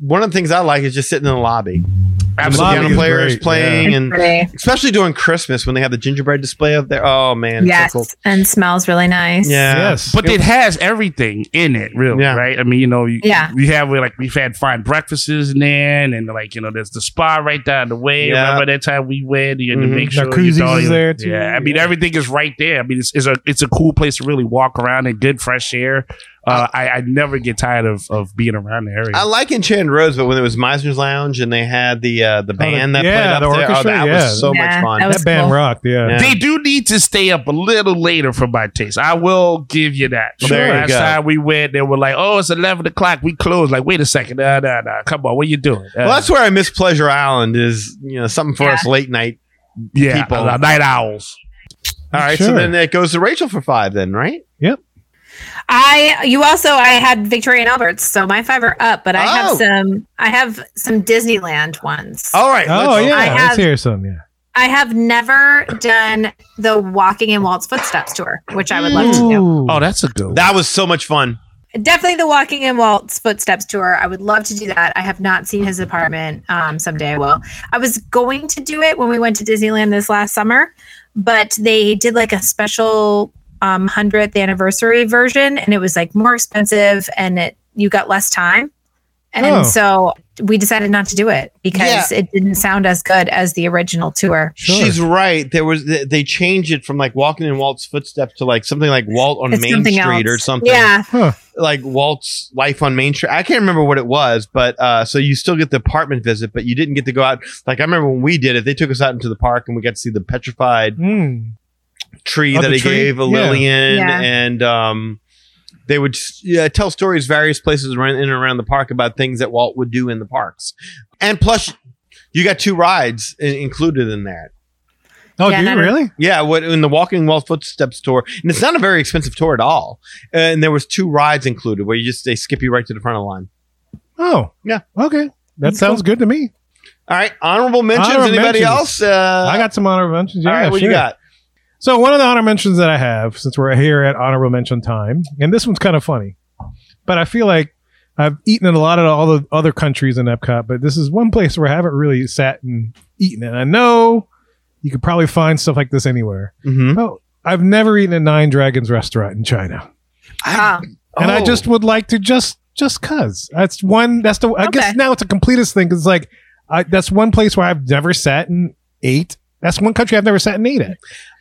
One of the things I like is just sitting in the lobby. lobby Absolutely, is piano players great, playing, It's and pretty- especially during Christmas when they have the gingerbread display up there. Oh man, it's so yes, cool. and smells really nice. Yeah. Yes, But it has everything in it, really, Yeah. right? I mean, you know, you, Yeah. we have we, like we've had fine breakfasts in there, and like you know, there's the spa right down the way. Yeah. Remember that time we went? You had to Mhm. make sure Jacuzzis you know, is there, too. Yeah, I mean, Yeah. everything is right there. I mean, it's, it's a it's a cool place to really walk around in good fresh air. Uh, I, I never get tired of, of being around the area. I like Enchanted Roads, but when it was Meisner's Lounge and they had the uh, the band that Oh, yeah, played up the there, oh, orchestra, that yeah. was so Yeah, much fun. that was- that band cool. rocked. Yeah. Yeah. They do need to stay up a little later for my taste. I will give you that. Sure. There you Last go. time we went, they were like, "Oh, it's eleven o'clock. We close." Like, wait a second. Nah, nah, nah. Come on, what you doing? Uh, well, that's where I miss Pleasure Island is you know something for us late night. yeah, people. uh, night owls. All right, so Sure. then it goes to Rachel for five, then right? I you also I had Victoria and Alberts, so my five are up, but I Oh. have some I have some Disneyland ones. All right. Oh let's- yeah, I let's have- hear some. Yeah. I have never done the Walking in Walt's Footsteps tour, which I would love to do. Ooh. Oh, that's a good. One. That was so much fun. definitely the walking in walt's footsteps tour i would love to do that i have not seen his apartment um someday i will i was going to do it when we went to disneyland this last summer but they did like a special um 100th anniversary version and it was like more expensive and it you got less time and Oh. so we decided not to do it because it didn't sound as good as the original tour Sure. She's right. There was they they changed it from like walking in Walt's footsteps to like something like Walt on It's Main something Street else. or something. yeah like Walt's life on Main Street. I can't remember what it was, but uh, so you still get the apartment visit, but you didn't get to go out. Like I remember when we did it, they took us out into the park and we got to see the petrified Mm. tree Oh, that the he tree? gave a Yeah. Lillian, Yeah. and um, they would yeah, tell stories various places around in and around the park about things that Walt would do in the parks, and plus you got two rides in- included in that. Oh, Yeah, do you not a- really? Yeah, what in the Walking Wall Footsteps tour, and it's not a very expensive tour at all. And there was two rides included where you just they skip you right to the front of the line. Oh, Yeah. Okay, that That's Mm, cool. sounds good to me. All right, honorable mentions. Honorable Anybody mentions. else? Uh, I got some honorable mentions. Yeah, all right, what sure. you got? So one of the honor mentions that I have, since we're here at honorable mention time, and this one's kind of funny, but I feel like I've eaten in a lot of all the other countries in Epcot, but this is one place where I haven't really sat and eaten. And I know you could probably find stuff like this anywhere. Mm-hmm. Oh, I've never eaten at Nine Dragons restaurant in China, oh, and I just would like to just just cause that's one. That's the I guess Okay. now it's a completest thing 'cause it's like I, that's one place where I've never sat and ate. That's one country I've never sat and ate at.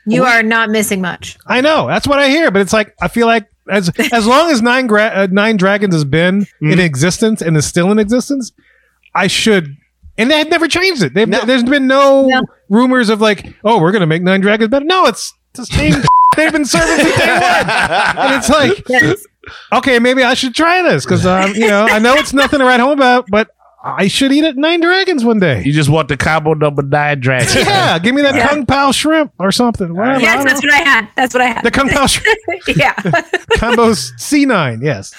you are not missing much *laughs* I know. That's what I hear, but it's like I feel like As as long as nine gra- uh, nine dragons has been in existence and is still in existence, I should. And they have never changed it. They've, There's been no, rumors of like, oh, we're gonna make nine dragons better. No, it's the same. *laughs* they've been serving since day *laughs* one, and it's like, okay, maybe I should try this because um, you know I know it's nothing to write home about, but I should eat at Nine Dragons one day. You just want the combo number nine *laughs* *laughs* dragon. Yeah, give me that Yeah. kung pao shrimp or something. Whatever, I yes, don't that's know. what I had. That's what I had. the kung *laughs* pao shrimp yeah. combos C9. Yes,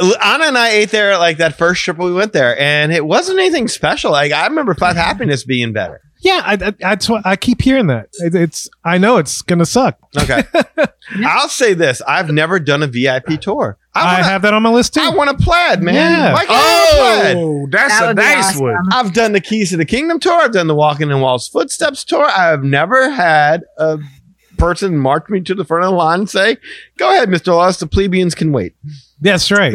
Anna and I ate there like that first trip we went there, and it wasn't anything special. Like I remember Mm-hmm. Five Happiness being better. yeah. I, I, that's why I keep hearing that. It, it's I know it's gonna suck. *laughs* Okay, I'll say this: I've never done a VIP tour. I, I want have that on my list too. I want a plaid, man. Yeah. Why can't I have a plaid? Oh, that's That a would be nice awesome. one. I've done the Keys to the Kingdom tour. I've done the Walking in Walls Footsteps tour. I have never had a person mark me to the front of the line and say, "Go ahead, Mister Lost. The plebeians can wait." that's right.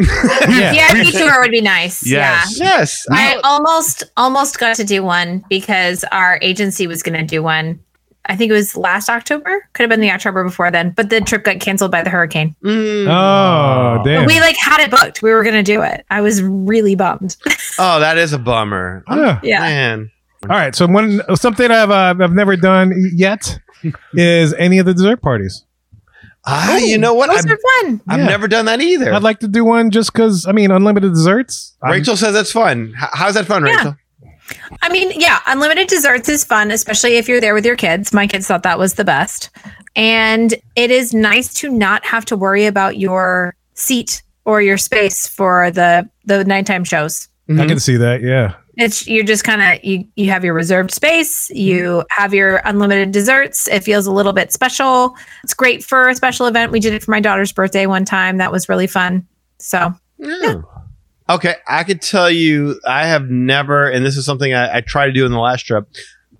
yeah. *laughs* Yeah, me tour would be nice. Yeah. Yes. Yes, I I- almost almost got to do one because our agency was going to do one. I think it was last October. Could have been the October before then, but the trip got canceled by the hurricane. Mm. Oh damn. But we like had it booked. We were going to do it. I was really bummed. oh, that is a bummer. yeah. Yeah. Man, All right. So one something I've uh, I've never done yet is any of the dessert parties. Oh, ah, you know what? Those I've, are fun. I've Yeah. never done that either. I'd like to do one just because I mean unlimited desserts. I'm- Rachel says that's fun. H- how's that fun, Yeah. Rachel? I mean, yeah, unlimited desserts is fun, especially if you're there with your kids. My kids thought that was the best. And it is nice to not have to worry about your seat or your space for the the nighttime shows. I Mm-hmm. can see that. Yeah. It's you're just kind of you you have your reserved space, you have your unlimited desserts. It feels a little bit special. It's great for a special event. We did it for my daughter's birthday one time. That was really fun. So, Okay, I could tell you I have never, and this is something I, I tried to do in the last trip.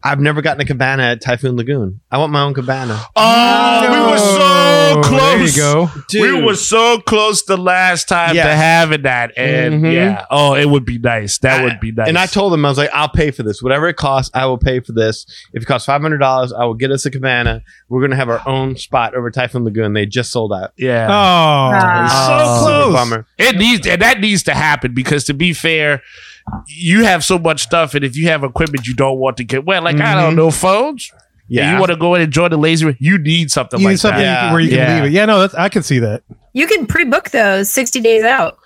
I've never gotten a cabana at Typhoon Lagoon. I want my own cabana. Oh, we were so Oh, close. There you go. We were so close the last time Yes. to having that, and Mhm. yeah, oh, it would be nice. That I- would be nice. And I told them I was like, I'll pay for this. Whatever it costs, I will pay for this. If it costs five hundred dollars, I will get us a cabana. We're gonna have our own spot over Typhoon Lagoon. They just sold out. yeah, Oh, Oh. so Super close. bummer. It needs and that needs to happen because to be fair, you have so much stuff, and if you have equipment you don't want to get well, like I Mm-hmm. don't know phones. Yeah, Yeah. you want to go in and enjoy the laser. You need something you like need something that. you can- Yeah. where you can Yeah. leave it. Yeah, no, that's, I can see that. you can pre-book those 60 days out.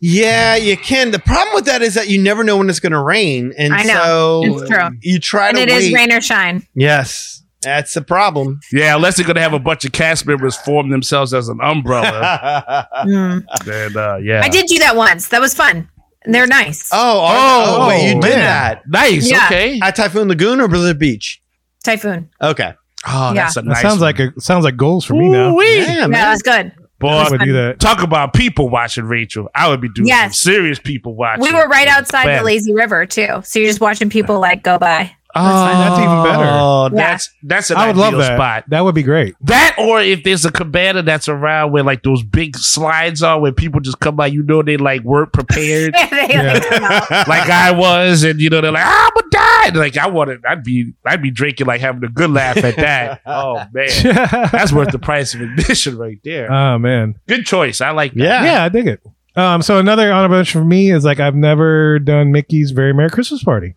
yeah, you can. The problem with that is that you never know when it's gonna rain. And I know. so It's true. you try And to it wait. is rain or shine. Yes. That's the problem. *laughs* Yeah, unless they're gonna have a bunch of cast members form themselves as an *laughs* umbrella. oh, Mm. and uh, yeah, I did do that once. That was fun. And they're nice. *laughs* oh, oh, wait, you did man. that Nice. Yeah. Okay. at Typhoon Lagoon or Blizzard Beach? Typhoon. Okay. Oh, Yeah. that's a That nice. sounds like a sounds like goals for me now. Yeah, Yeah, that man. was good. Boy, I would do that. talk about people watching Rachel. I would be doing Yes. some serious people watching. We were right outside Man. the lazy river too. So you're just watching people like go by. *laughs* fine. That's even better. Oh, Yeah. that's that's an I would love ideal that. spot. That would be great. That or if there's a cabana that's around where like those big slides are where people just come by, you know they like *laughs* weren't prepared They, like, Yeah. come out. like I was, and you know they're like, I'm gonna die. And, Like I wanted I'd be I'd be drinking, like having a good laugh *laughs* at that. oh man. That's worth the price of admission right there. oh man. Good choice. I like that. Yeah. Yeah, I dig it. Um, so another honorable mention for me is like I've never done Mickey's Very Merry Christmas Party.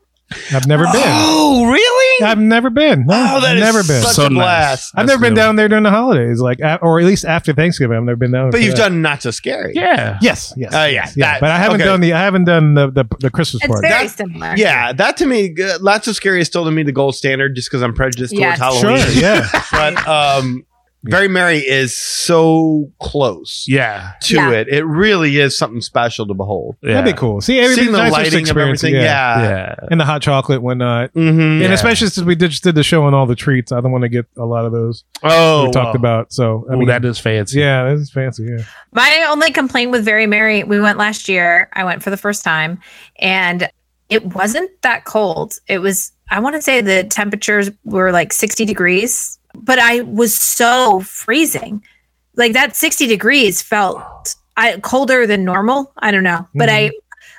I've never been. *gasps* Oh, really? I've never been. No, Oh, that I've is never been. such So a nice. blast. I've never been down there during the holidays, like a- or at least after Thanksgiving. I've never been down. there But for you've that. done not so scary. Yeah. Yes, yes. Oh, yeah, yes, yeah. that- but I haven't okay. done the I haven't done the the, the Christmas *laughs* It's party. very That- similar. Yeah, that to me, uh, lots of scary is still to me the gold standard, just because I'm prejudiced Yeah, towards sure, Halloween. *laughs* yeah. But um, Very Merry is so close Yeah. to Yeah. it; it really is something special to behold. yeah. That'd be cool. Uh, See, everything's Seeing the nice with lighting of experience, everything, yeah. yeah, Yeah. and the hot chocolate, whatnot, Mhm. and especially since we did, just did the show on all the treats. I don't want to get a lot of those Oh, we talked wow. about. So I Ooh, mean, that is fancy. yeah, that's fancy. *laughs* Yeah, My only complaint with Very Merry, we went last year. I went for the first time and it wasn't that cold. It was, I want to say the temperatures were like 60 degrees, but I was so freezing. Like that 60 degrees felt I, colder than normal. I don't know, but I,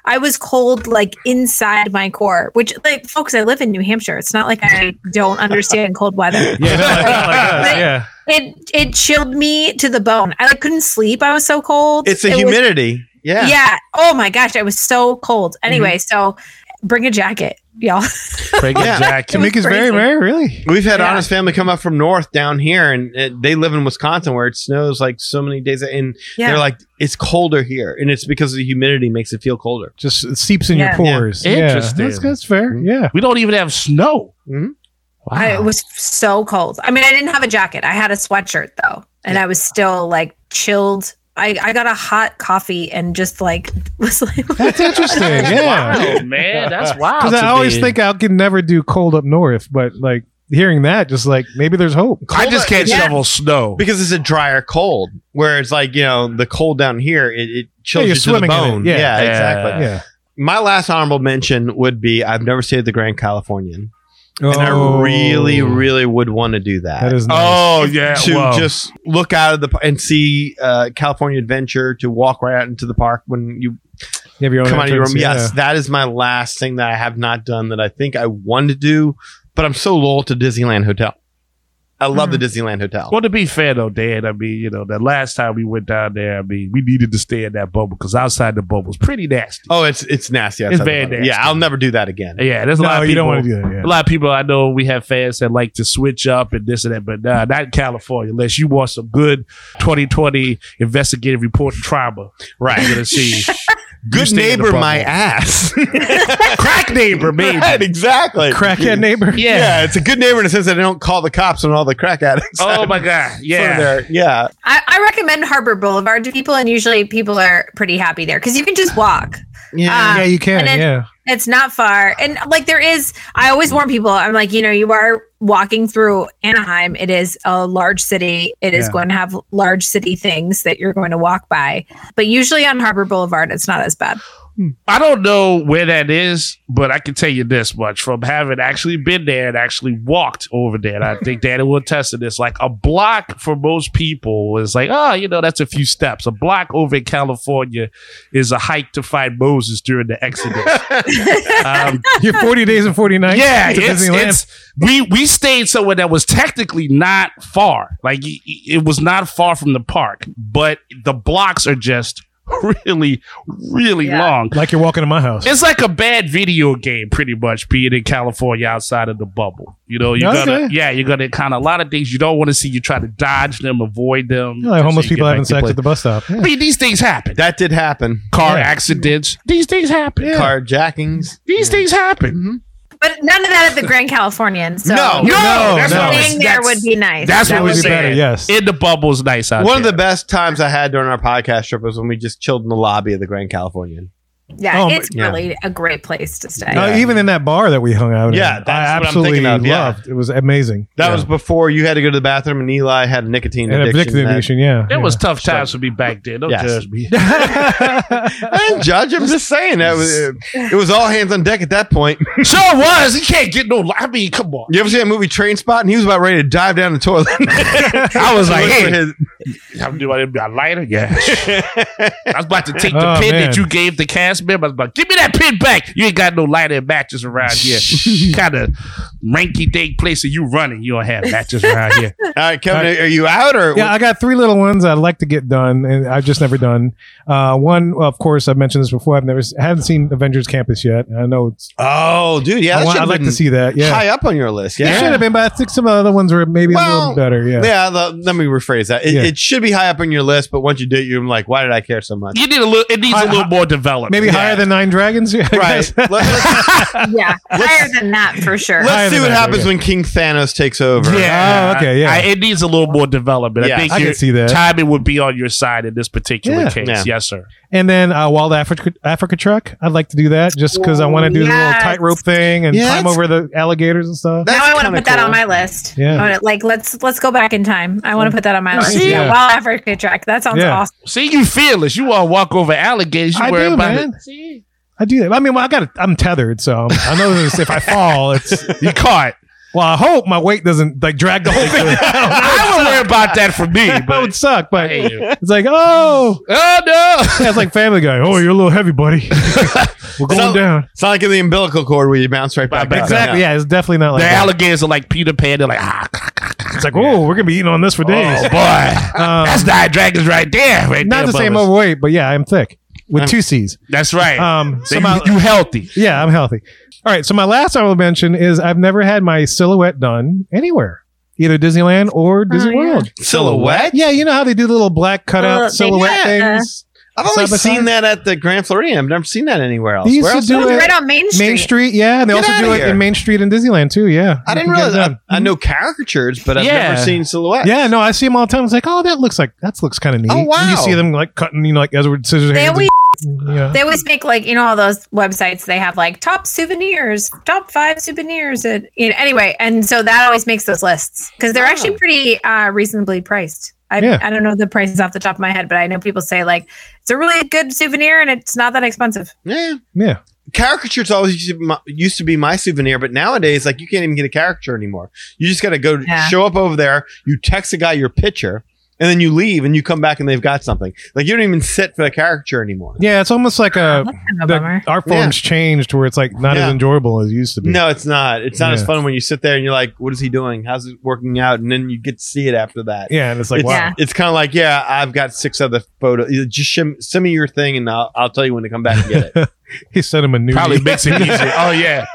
I was cold like inside my core, which like folks, I live in New Hampshire. It's not like I don't understand *laughs* cold weather. Yeah, no, like, not like us. Like, yeah. It it chilled me to the bone. I like, couldn't sleep. I was so cold. It's the It was- humidity. yeah. yeah. Mm-hmm. Oh my gosh, I was so cold. Anyway, so bring a jacket, y'all. *laughs* Break it, Yeah. Jack. It was Tamika's very, crazy. very, really. We've had Yeah. honest family come up from north down here, and uh they live in Wisconsin where it snows like so many days. And Yeah. they're like, it's colder here, and it's because the humidity makes it feel colder. Just it seeps in your Yeah. pores. Yeah. Yeah. Interesting. That's, that's fair. Mm-hmm. Yeah. We don't even have snow. Mm-hmm. Mhm. Wow. I, it was so cold. I mean, I didn't have a jacket. I had a sweatshirt though, and I was still like chilled. I, I got a hot coffee and just like *laughs* was *laughs* like That's interesting. yeah. Oh, *laughs* Wow, man, that's wild. Because to I always me. think I can never do cold up north, but like hearing that, just like maybe there's hope. I just can't Yeah. shovel snow. because it's a drier cold, where it's like you know the cold down here it, it chills Yeah, you you're to the swimming in it. bone. Yeah. yeah, Yeah. exactly. Yeah. My last honorable mention would be I've never stayed at the Grand Californian, and I Oh. really, really would want to do that. That is nice. Oh yeah, to well, just look out of the p- and see uh, California Adventure to walk right out into the park when you You have your own come out of your room. Oh, entrance, Yes, that is my last thing that I have not done that I think I want to do, but I'm so loyal to Disneyland Hotel. I love Hmm. the Disneyland Hotel. Well, to be fair though, Dan, I mean, you know, the last time we went down there, I mean, we needed to stay in that bubble because outside the bubble is pretty nasty. Oh, it's it's nasty. It's outside the very bubble. nasty. Yeah, I'll never do that again. Yeah, there's a No, lot. Of you people, don't want to do that. Yeah. A lot of people I know we have fans that like to switch up and this and that, but nah, not in California unless you want some good 2020 investigative report and trauma. Right, you're *laughs* gonna see Good stay in the neighbor, my bubble. ass. *laughs* *laughs* crack neighbor, maybe. Right, exactly. Crackhead neighbor. *laughs* Yeah. it's a good neighbor in the sense that I don't call the cops on all the crack addicts. Oh my god, *laughs* yeah. Further. yeah. I, I recommend Harbor Boulevard to people, and usually people are pretty happy there because you can just walk. Yeah, you can. Ah. and then- yeah. It's not far. And like there is, I always warn people, I'm like, you know, you are walking through Anaheim. It is a large city. It is Yeah. going to have large city things that you're going to walk by. But usually on Harbor Boulevard, it's not as bad. I don't know where that is, but I can tell you this much from having actually been there and actually walked over there. And I *laughs* think Danny will attest to this. Like a block for most people is like, oh, you know, that's a few steps. A block over in California is a hike to find Moses during the *laughs* Exodus. um, You're 40 days and 40 nights. yeah, to it's, Disneyland. it's- we we stayed somewhere that was technically not far. Like y- y- it was not far from the park, but the blocks are just *laughs* really, really Yeah. long. like you're walking to my house. It's like a bad video game, pretty much, being in California outside of the bubble. You know, you're Okay. gonna yeah, you're gonna kind of a lot of things you don't want to see. You try to dodge them, avoid them. Yeah, like homeless So you get people back having to sex play. at the bus stop. Yeah. I mean, these things happen. That did happen. Car Yeah. accidents. These things happen. Carjackings. These things happen. Mm-hmm. But none of that at the Grand Californian. So No, No, No, that's no. what I'm- staying there that's- would be nice. That's That what would we're be saying. better, yes. in the bubble's nice out. One of there. the best times I had during our podcast trip was when we just chilled in the lobby of the Grand Californian. yeah, Oh, it's yeah. really a great place to stay. Uh, even in that bar that we hung out Yeah, in, that's I what I'm absolutely thinking of, yeah. loved. It was amazing. That Yeah. was before you had to go to the bathroom and Eli had a nicotine an addictive addiction. that- addiction. Yeah, It was tough times for me back then. Don't Yes. *laughs* judge me. I didn't judge. I'm just saying that *laughs* was it was all hands on deck at that point. *laughs* sure was. You can't get no. I mean, come on. You ever see that movie Train Spot? And he was about ready to dive down *laughs* the toilet. I was like, Look for hey. his- I'm doing it. A lighter, yeah. *laughs* I was about to take the Oh, pin man. that you gave the cast member. I was about, give me that pin back. You ain't got no lighter and matches *laughs* around here. kind of ranky dank place that you running. You don't have matches around here. all right, Kevin, are you out or Yeah, I got three little ones I'd like to get done, and I've just never done. Uh, one, well, of course, I've mentioned this before. I've never, s- haven't seen Avengers Campus yet. I know it's. Oh, dude, yeah, I that want, I'd should've like to been see that. Yeah, high up on your list. it should Yeah, have been, but I think some of the other ones were maybe a Well, little better. Yeah. yeah. the- let me rephrase that. It, Yeah. it should be high up on your list, but once you do it, you're like, why did I care so *laughs* much? You need a little. It needs Hi- a little more development. Maybe higher than Nine Dragons. *laughs* Yeah, I Right. guess. Let- let's yeah, higher than that for sure. let's see than what that, happens okay. when King Thanos takes over. Yeah. Oh, okay, yeah. I- it needs a little more development. Yeah, I think I can your see that. timing would be on your side in this particular Yeah. case. Yeah. Yes, sir. And then uh, Wild Africa Africa Truck. I'd like to do that just because I want to do the little Yes. tightrope thing and Yeah, climb that's- over the alligators and stuff. That's now I want to kinda put that cool. on my list. Yeah. I wanna- like let's let's go back in time. I want to put that on my list. see? Yeah. Yeah. Wild Africa track. That sounds Yeah. awesome. See, you fearless. You want to walk over alligators. You I worry do, about man. it. I do that. I mean, well, I got. I'm tethered, so I know this, if I fall, it's *laughs* You caught. Well, I hope my weight doesn't like drag the whole *laughs* thing down. I would worry about that *laughs* for me. that would suck, but Hey. it's like, oh, Oh no! that's like Family Guy. Oh, you're a little heavy, buddy. We're going So- down. It's not like in the umbilical cord where you bounce right back. up. Exactly. Yeah, it's definitely not like the that. alligators are like Peter Pan. They're like, ah, It's like, oh, we're gonna be eating on this for days. *laughs* oh boy, Um, *laughs* that's nine dragons right there. Right not there, the same Bubba. overweight, but yeah, I'm thick with I'm- two C's. That's right. Um, So so my, you, you healthy? yeah, I'm healthy. All right. So my last I will mention is I've never had my silhouette done anywhere, either Disneyland or Disney yeah. World. Silhouette? Yeah, you know how they do the little black cutout Uh, silhouette yeah. things. I've only Sabotage? seen that at the Grand Floridian. I've never seen that anywhere else. They used Where to else? do Oh, it. right on Main Street. Main Street, yeah, they Get also outta do it here. in Main Street in Disneyland too. Yeah, I didn't You can get realize. it I, done. Mm-hmm. I know caricatures, but I've Yeah. never seen silhouettes. Yeah, no, I see them all the time. It's like, oh, that looks like that looks kind of neat. Oh, And you wow. see them like cutting, you know, like Edward Scissorhands. They and- Mm, always yeah. they always make like you know all those websites they have like top souvenirs, top five souvenirs, and you know, anyway, and so that always makes those lists because they're actually pretty uh, reasonably priced. I, Ah. Yeah. I don't know the prices off the top of my head, but I know people say like it's a really good souvenir and it's not that expensive. Yeah. yeah, Caricatures always used to, be my, used to be my souvenir, but nowadays, like, you can't even get a caricature anymore. You just got to go Yeah. show up over there. You text the guy your picture, and then you leave, and you come back, and they've got something. Like, you don't even sit for the caricature anymore. yeah. It's almost like a That's kind of Oh. a the, bummer. our forms changed to where it's like not Yeah. as enjoyable as it used to be. No, it's not. It's not as Yeah. fun when you sit there and you're like, "What is he doing? How's it working out?" And then you get to see it after that. Yeah, and it's like it's, wow. Yeah. it's kind of like, yeah, I've got six other photos. Just shim, send me your thing, and I'll, I'll tell you when to come back and *laughs* get it. *laughs* He sent him a new. Probably makes it easier. *laughs* Oh yeah.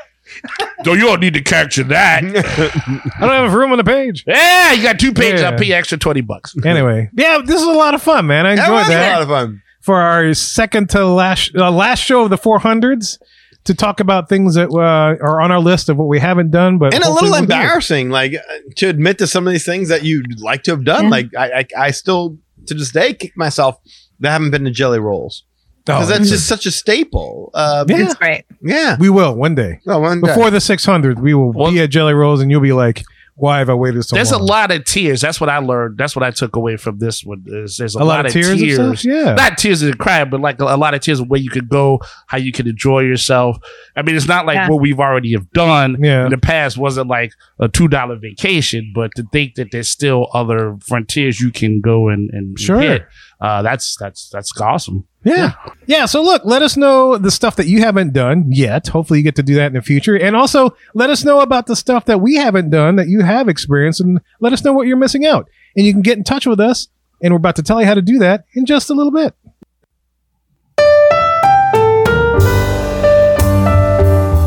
So you don't need to capture that. *laughs* I don't have room on the page. Yeah, you got two pages. Yeah. I'll pay you extra twenty bucks. Anyway, yeah, this is a lot of fun, man. I That enjoyed was that. a lot of fun. for our second to last uh, last show of the 400s to talk about things that uh, are on our list of what we haven't done, but and a hopefully little we'll do. embarrassing, like uh, to admit to some of these things that you'd like to have done. Yeah. Like I, I, I still to this day kick myself that I haven't been to Jelly Rolls because Oh, that's just such a staple. Uh, Yeah. it's- That's great. yeah. we will one day No, one day. before the 600. We will Well- be at Jelly Rolls, and you'll be like, "Why have I waited so there's long?" a lot of tears. That's what I learned. That's what I took away from this one. Is there's a, a lot of tears, and stuff? Yeah, Not tears of crying, but like a, a lot of tears of where you could go, how you could enjoy yourself. I mean, it's not like Yeah. what we've already have done Yeah. in the past wasn't like a two dollar vacation, but to think that there's still other frontiers you can go and, and Sure. hit, uh, that's that's that's awesome. Yeah. Yeah. So look, let us know the stuff that you haven't done yet. Hopefully you get to do that in the future. And also let us know about the stuff that we haven't done that you have experienced and let us know what you're missing out. And you can get in touch with us. And we're about to tell you how to do that in just a little bit.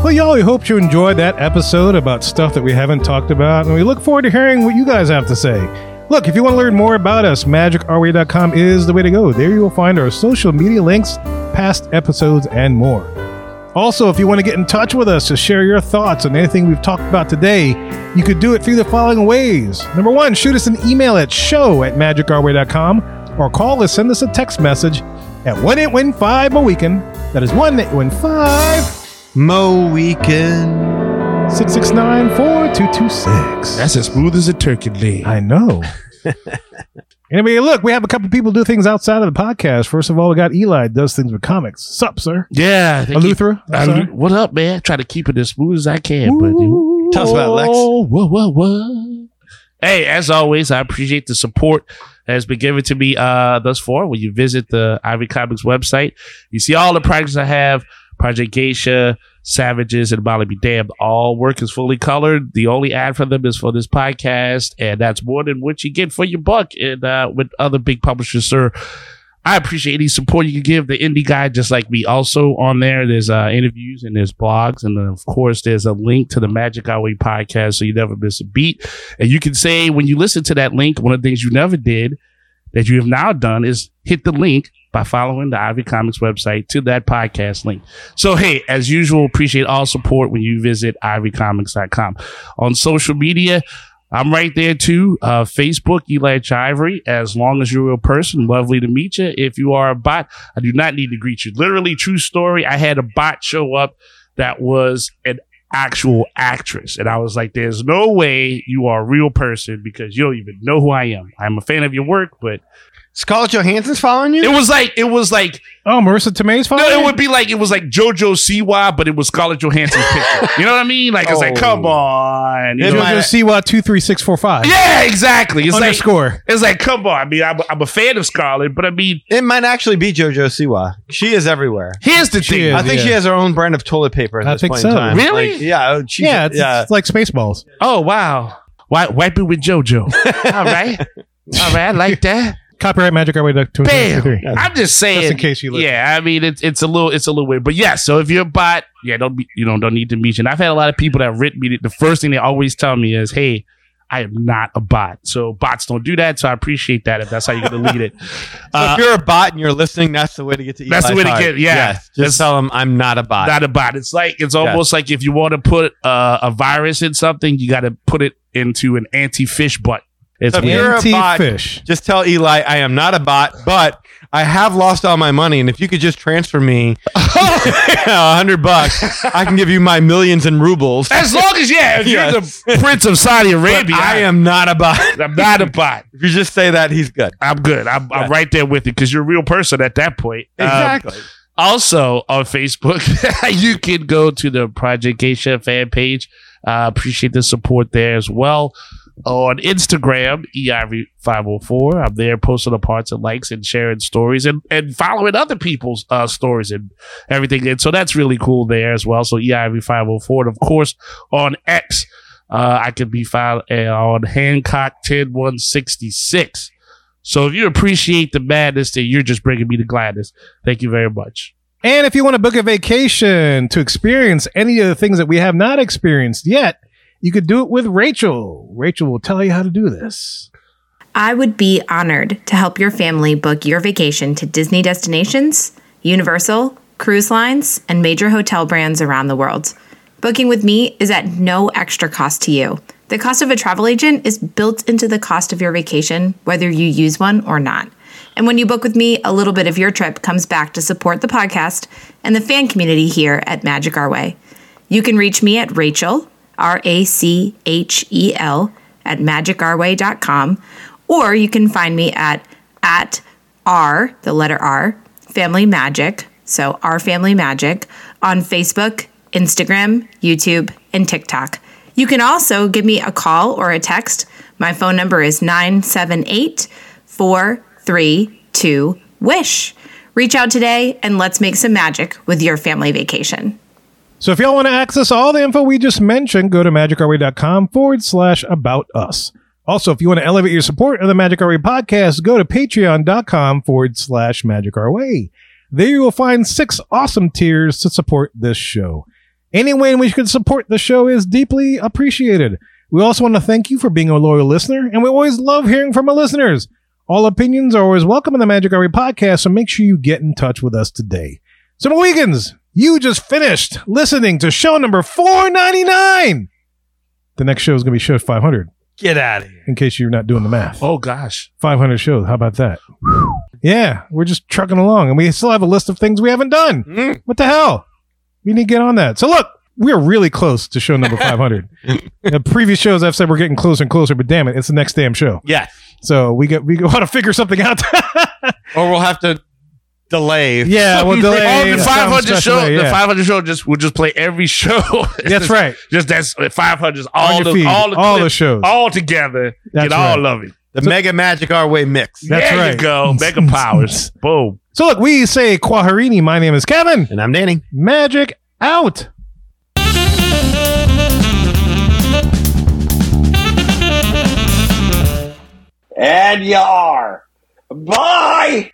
Well, y'all, we hope you enjoyed that episode about stuff that we haven't talked about, and we look forward to hearing what you guys have to say. Look, if you want to learn more about us, magicourway.com is the way to go. There you will find our social media links, past episodes, and more. Also, if you want to get in touch with us to share your thoughts on anything we've talked about today, you could do it through the following ways. Number one, shoot us an email at show at magicourway.com or call us, send us a text message at 1 815 Mohican. E That is 1 815 Mo weekend. 669 4226. That's as smooth as a turkey leg. I *laughs* know. anyway, look, we have a couple people do things outside of the podcast. First of all, we got Eli does things with comics. Sup, sir? Yeah, they keep- Eleuthera? I'm I- sorry. what up, man? Try to keep it as smooth as I can, but Tell us about it, Lex. Whoa, whoa, whoa, whoa. Hey, as always, I appreciate the support that has been given to me uh, thus far. When you visit the Ivy Comics website, you see all the projects I have Project Geisha, Savages, and Molly Be Damned. All work is fully colored. The only ad for them is for this podcast, and that's more than what you get for your buck and uh, with other big publishers, sir. I appreciate any support you can give the indie guy just like me. Also on there, there's uh, interviews and there's blogs, and then, of course, there's a link to the Magic Our Way podcast, so you never miss a beat. And you can say when you listen to that link, one of the things you never did that you have now done is hit the link by following the Ivy Comics website to that podcast link. So hey, as usual, appreciate all support when you visit ivycomics.com on social media. I'm right there too. Uh, Facebook, Eli Chivery. As long as you're a real person, lovely to meet you. If you are a bot, I do not need to greet you. Literally, true story. I had a bot show up that was an actual actress, and I was like, "There's no way you are a real person because you don't even know who I am. I'm a fan of your work, but Scarlett Johansson's following you? It was like it was like Oh, Marissa Tomei's no, father. it would be like it was like JoJo Siwa, but it was Scarlett Johansson's picture. You know what I mean? Like it's like Oh. come on. You It know? might- Siwa two three six four five. yeah, exactly. It's like Underscore. it's like come on. I mean, I'm, I'm a fan of Scarlett, but I mean, It might actually be JoJo Siwa. She is everywhere. here's the She thing. is. I think yeah. she has her own brand of toilet paper at I this think point so. in time. Really? Like, yeah. oh, she's- yeah, it's, yeah. it's like Spaceballs. Oh wow. Why wipe it *laughs* with JoJo? All right. All right, I like that. Copyright Magic Our Way to Bam! 2023. I'm just saying. Just in case you listen. yeah, I mean it's it's a little it's a little weird, but yeah. So if you're a bot, yeah, don't be you know don't need to meet you. And I've had a lot of people that written me. that The first thing they always tell me is, "Hey, I am not a bot, so bots don't do that." So I appreciate that if that's how you're gonna *laughs* lead it. So Uh, if you're a bot and you're listening, that's the way to get to. That's the Eli's way to heart. get- yeah. That's- just tell him I'm not a bot. not a bot. It's like it's almost like if you want to put uh, a virus in something, you got to put it into an anti-fish butt. It's So if weird. you're a bot, Anti-fish. just tell Eli I am not a bot, but I have lost all my money, and if you could just transfer me *laughs* a hundred bucks, I can give you my millions in rubles. As long as yeah, if you're Yes. the prince of Saudi But Arabia, I am not a bot. *laughs* I'm not a bot. If you just say that, he's good. I'm good. I'm, I'm right there with you because you're a real person at that point. Um, also on Facebook, *laughs* you can go to the Project Geisha fan page. Uh, appreciate the support there as well. On Instagram, E EIV504. I'm there posting the parts and likes and sharing stories and, and following other people's uh, stories and everything. And so that's really cool there as well. So E EIV504. And of course, on X, uh, I can be found uh, on Hancock 10166. So if you appreciate the madness, then you're just bringing me the gladness. Thank you very much. And if you want to book a vacation to experience any of the things that we have not experienced yet, you could do it with Rachel. Rachel will tell you how to do this. I would be honored to help your family book your vacation to Disney destinations, Universal, cruise lines, and major hotel brands around the world. Booking with me is at no extra cost to you. The cost of a travel agent is built into the cost of your vacation, whether you use one or not. And when you book with me, a little bit of your trip comes back to support the podcast and the fan community here at Magic Our Way. You can reach me at Rachel, R A C H E L, at magicourway.com, or you can find me at at R, the letter R, Family Magic, so R Family Magic, on Facebook, Instagram, YouTube, and TikTok. You can also give me a call or a text. My phone number is 978 432 WISH. Reach out today and let's make some magic with your family vacation. So if y'all want to access all the info we just mentioned, go to magicourway.com forward slash about us. Also, if you want to elevate your support of the Magic Our Way podcast, go to patreon.com forward slash magic our way. There you will find six awesome tiers to support this show. Any way in which you can support the show is deeply appreciated. We also want to thank you for being a loyal listener, and we always love hearing from our listeners. All opinions are always welcome in the Magic Our Way podcast, so make sure you get in touch with us today. So, Mohegans, you just finished listening to show number 499. The next show is going to be show 500, Get out of here. in case you're not doing the math. Oh gosh. 500 shows. How about that? yeah, we're just trucking along, and we still have a list of things we haven't done. Mm. What the hell? We need to get on that. So, look, we're really close to show number *laughs* 500. the previous shows I've said we're getting closer and closer, but damn it, it's the next damn show. Yes. So, we got *laughs* we got to figure something out. Or we'll have to delay. yeah, we'll delay. oh, the some 500 special show. day, The yeah. 500 show just we'll just play every *laughs* show. That's right. Just that's 500 is On all your the feed, all the all clips, the shows. all together. That's get all of it. The Mega Magic Our Way mix. That's there right. you go. *laughs* Mega powers. Boom. So look, we say Quaharini. My name is Kevin. And I'm Danny. Magic out. And you are. Bye!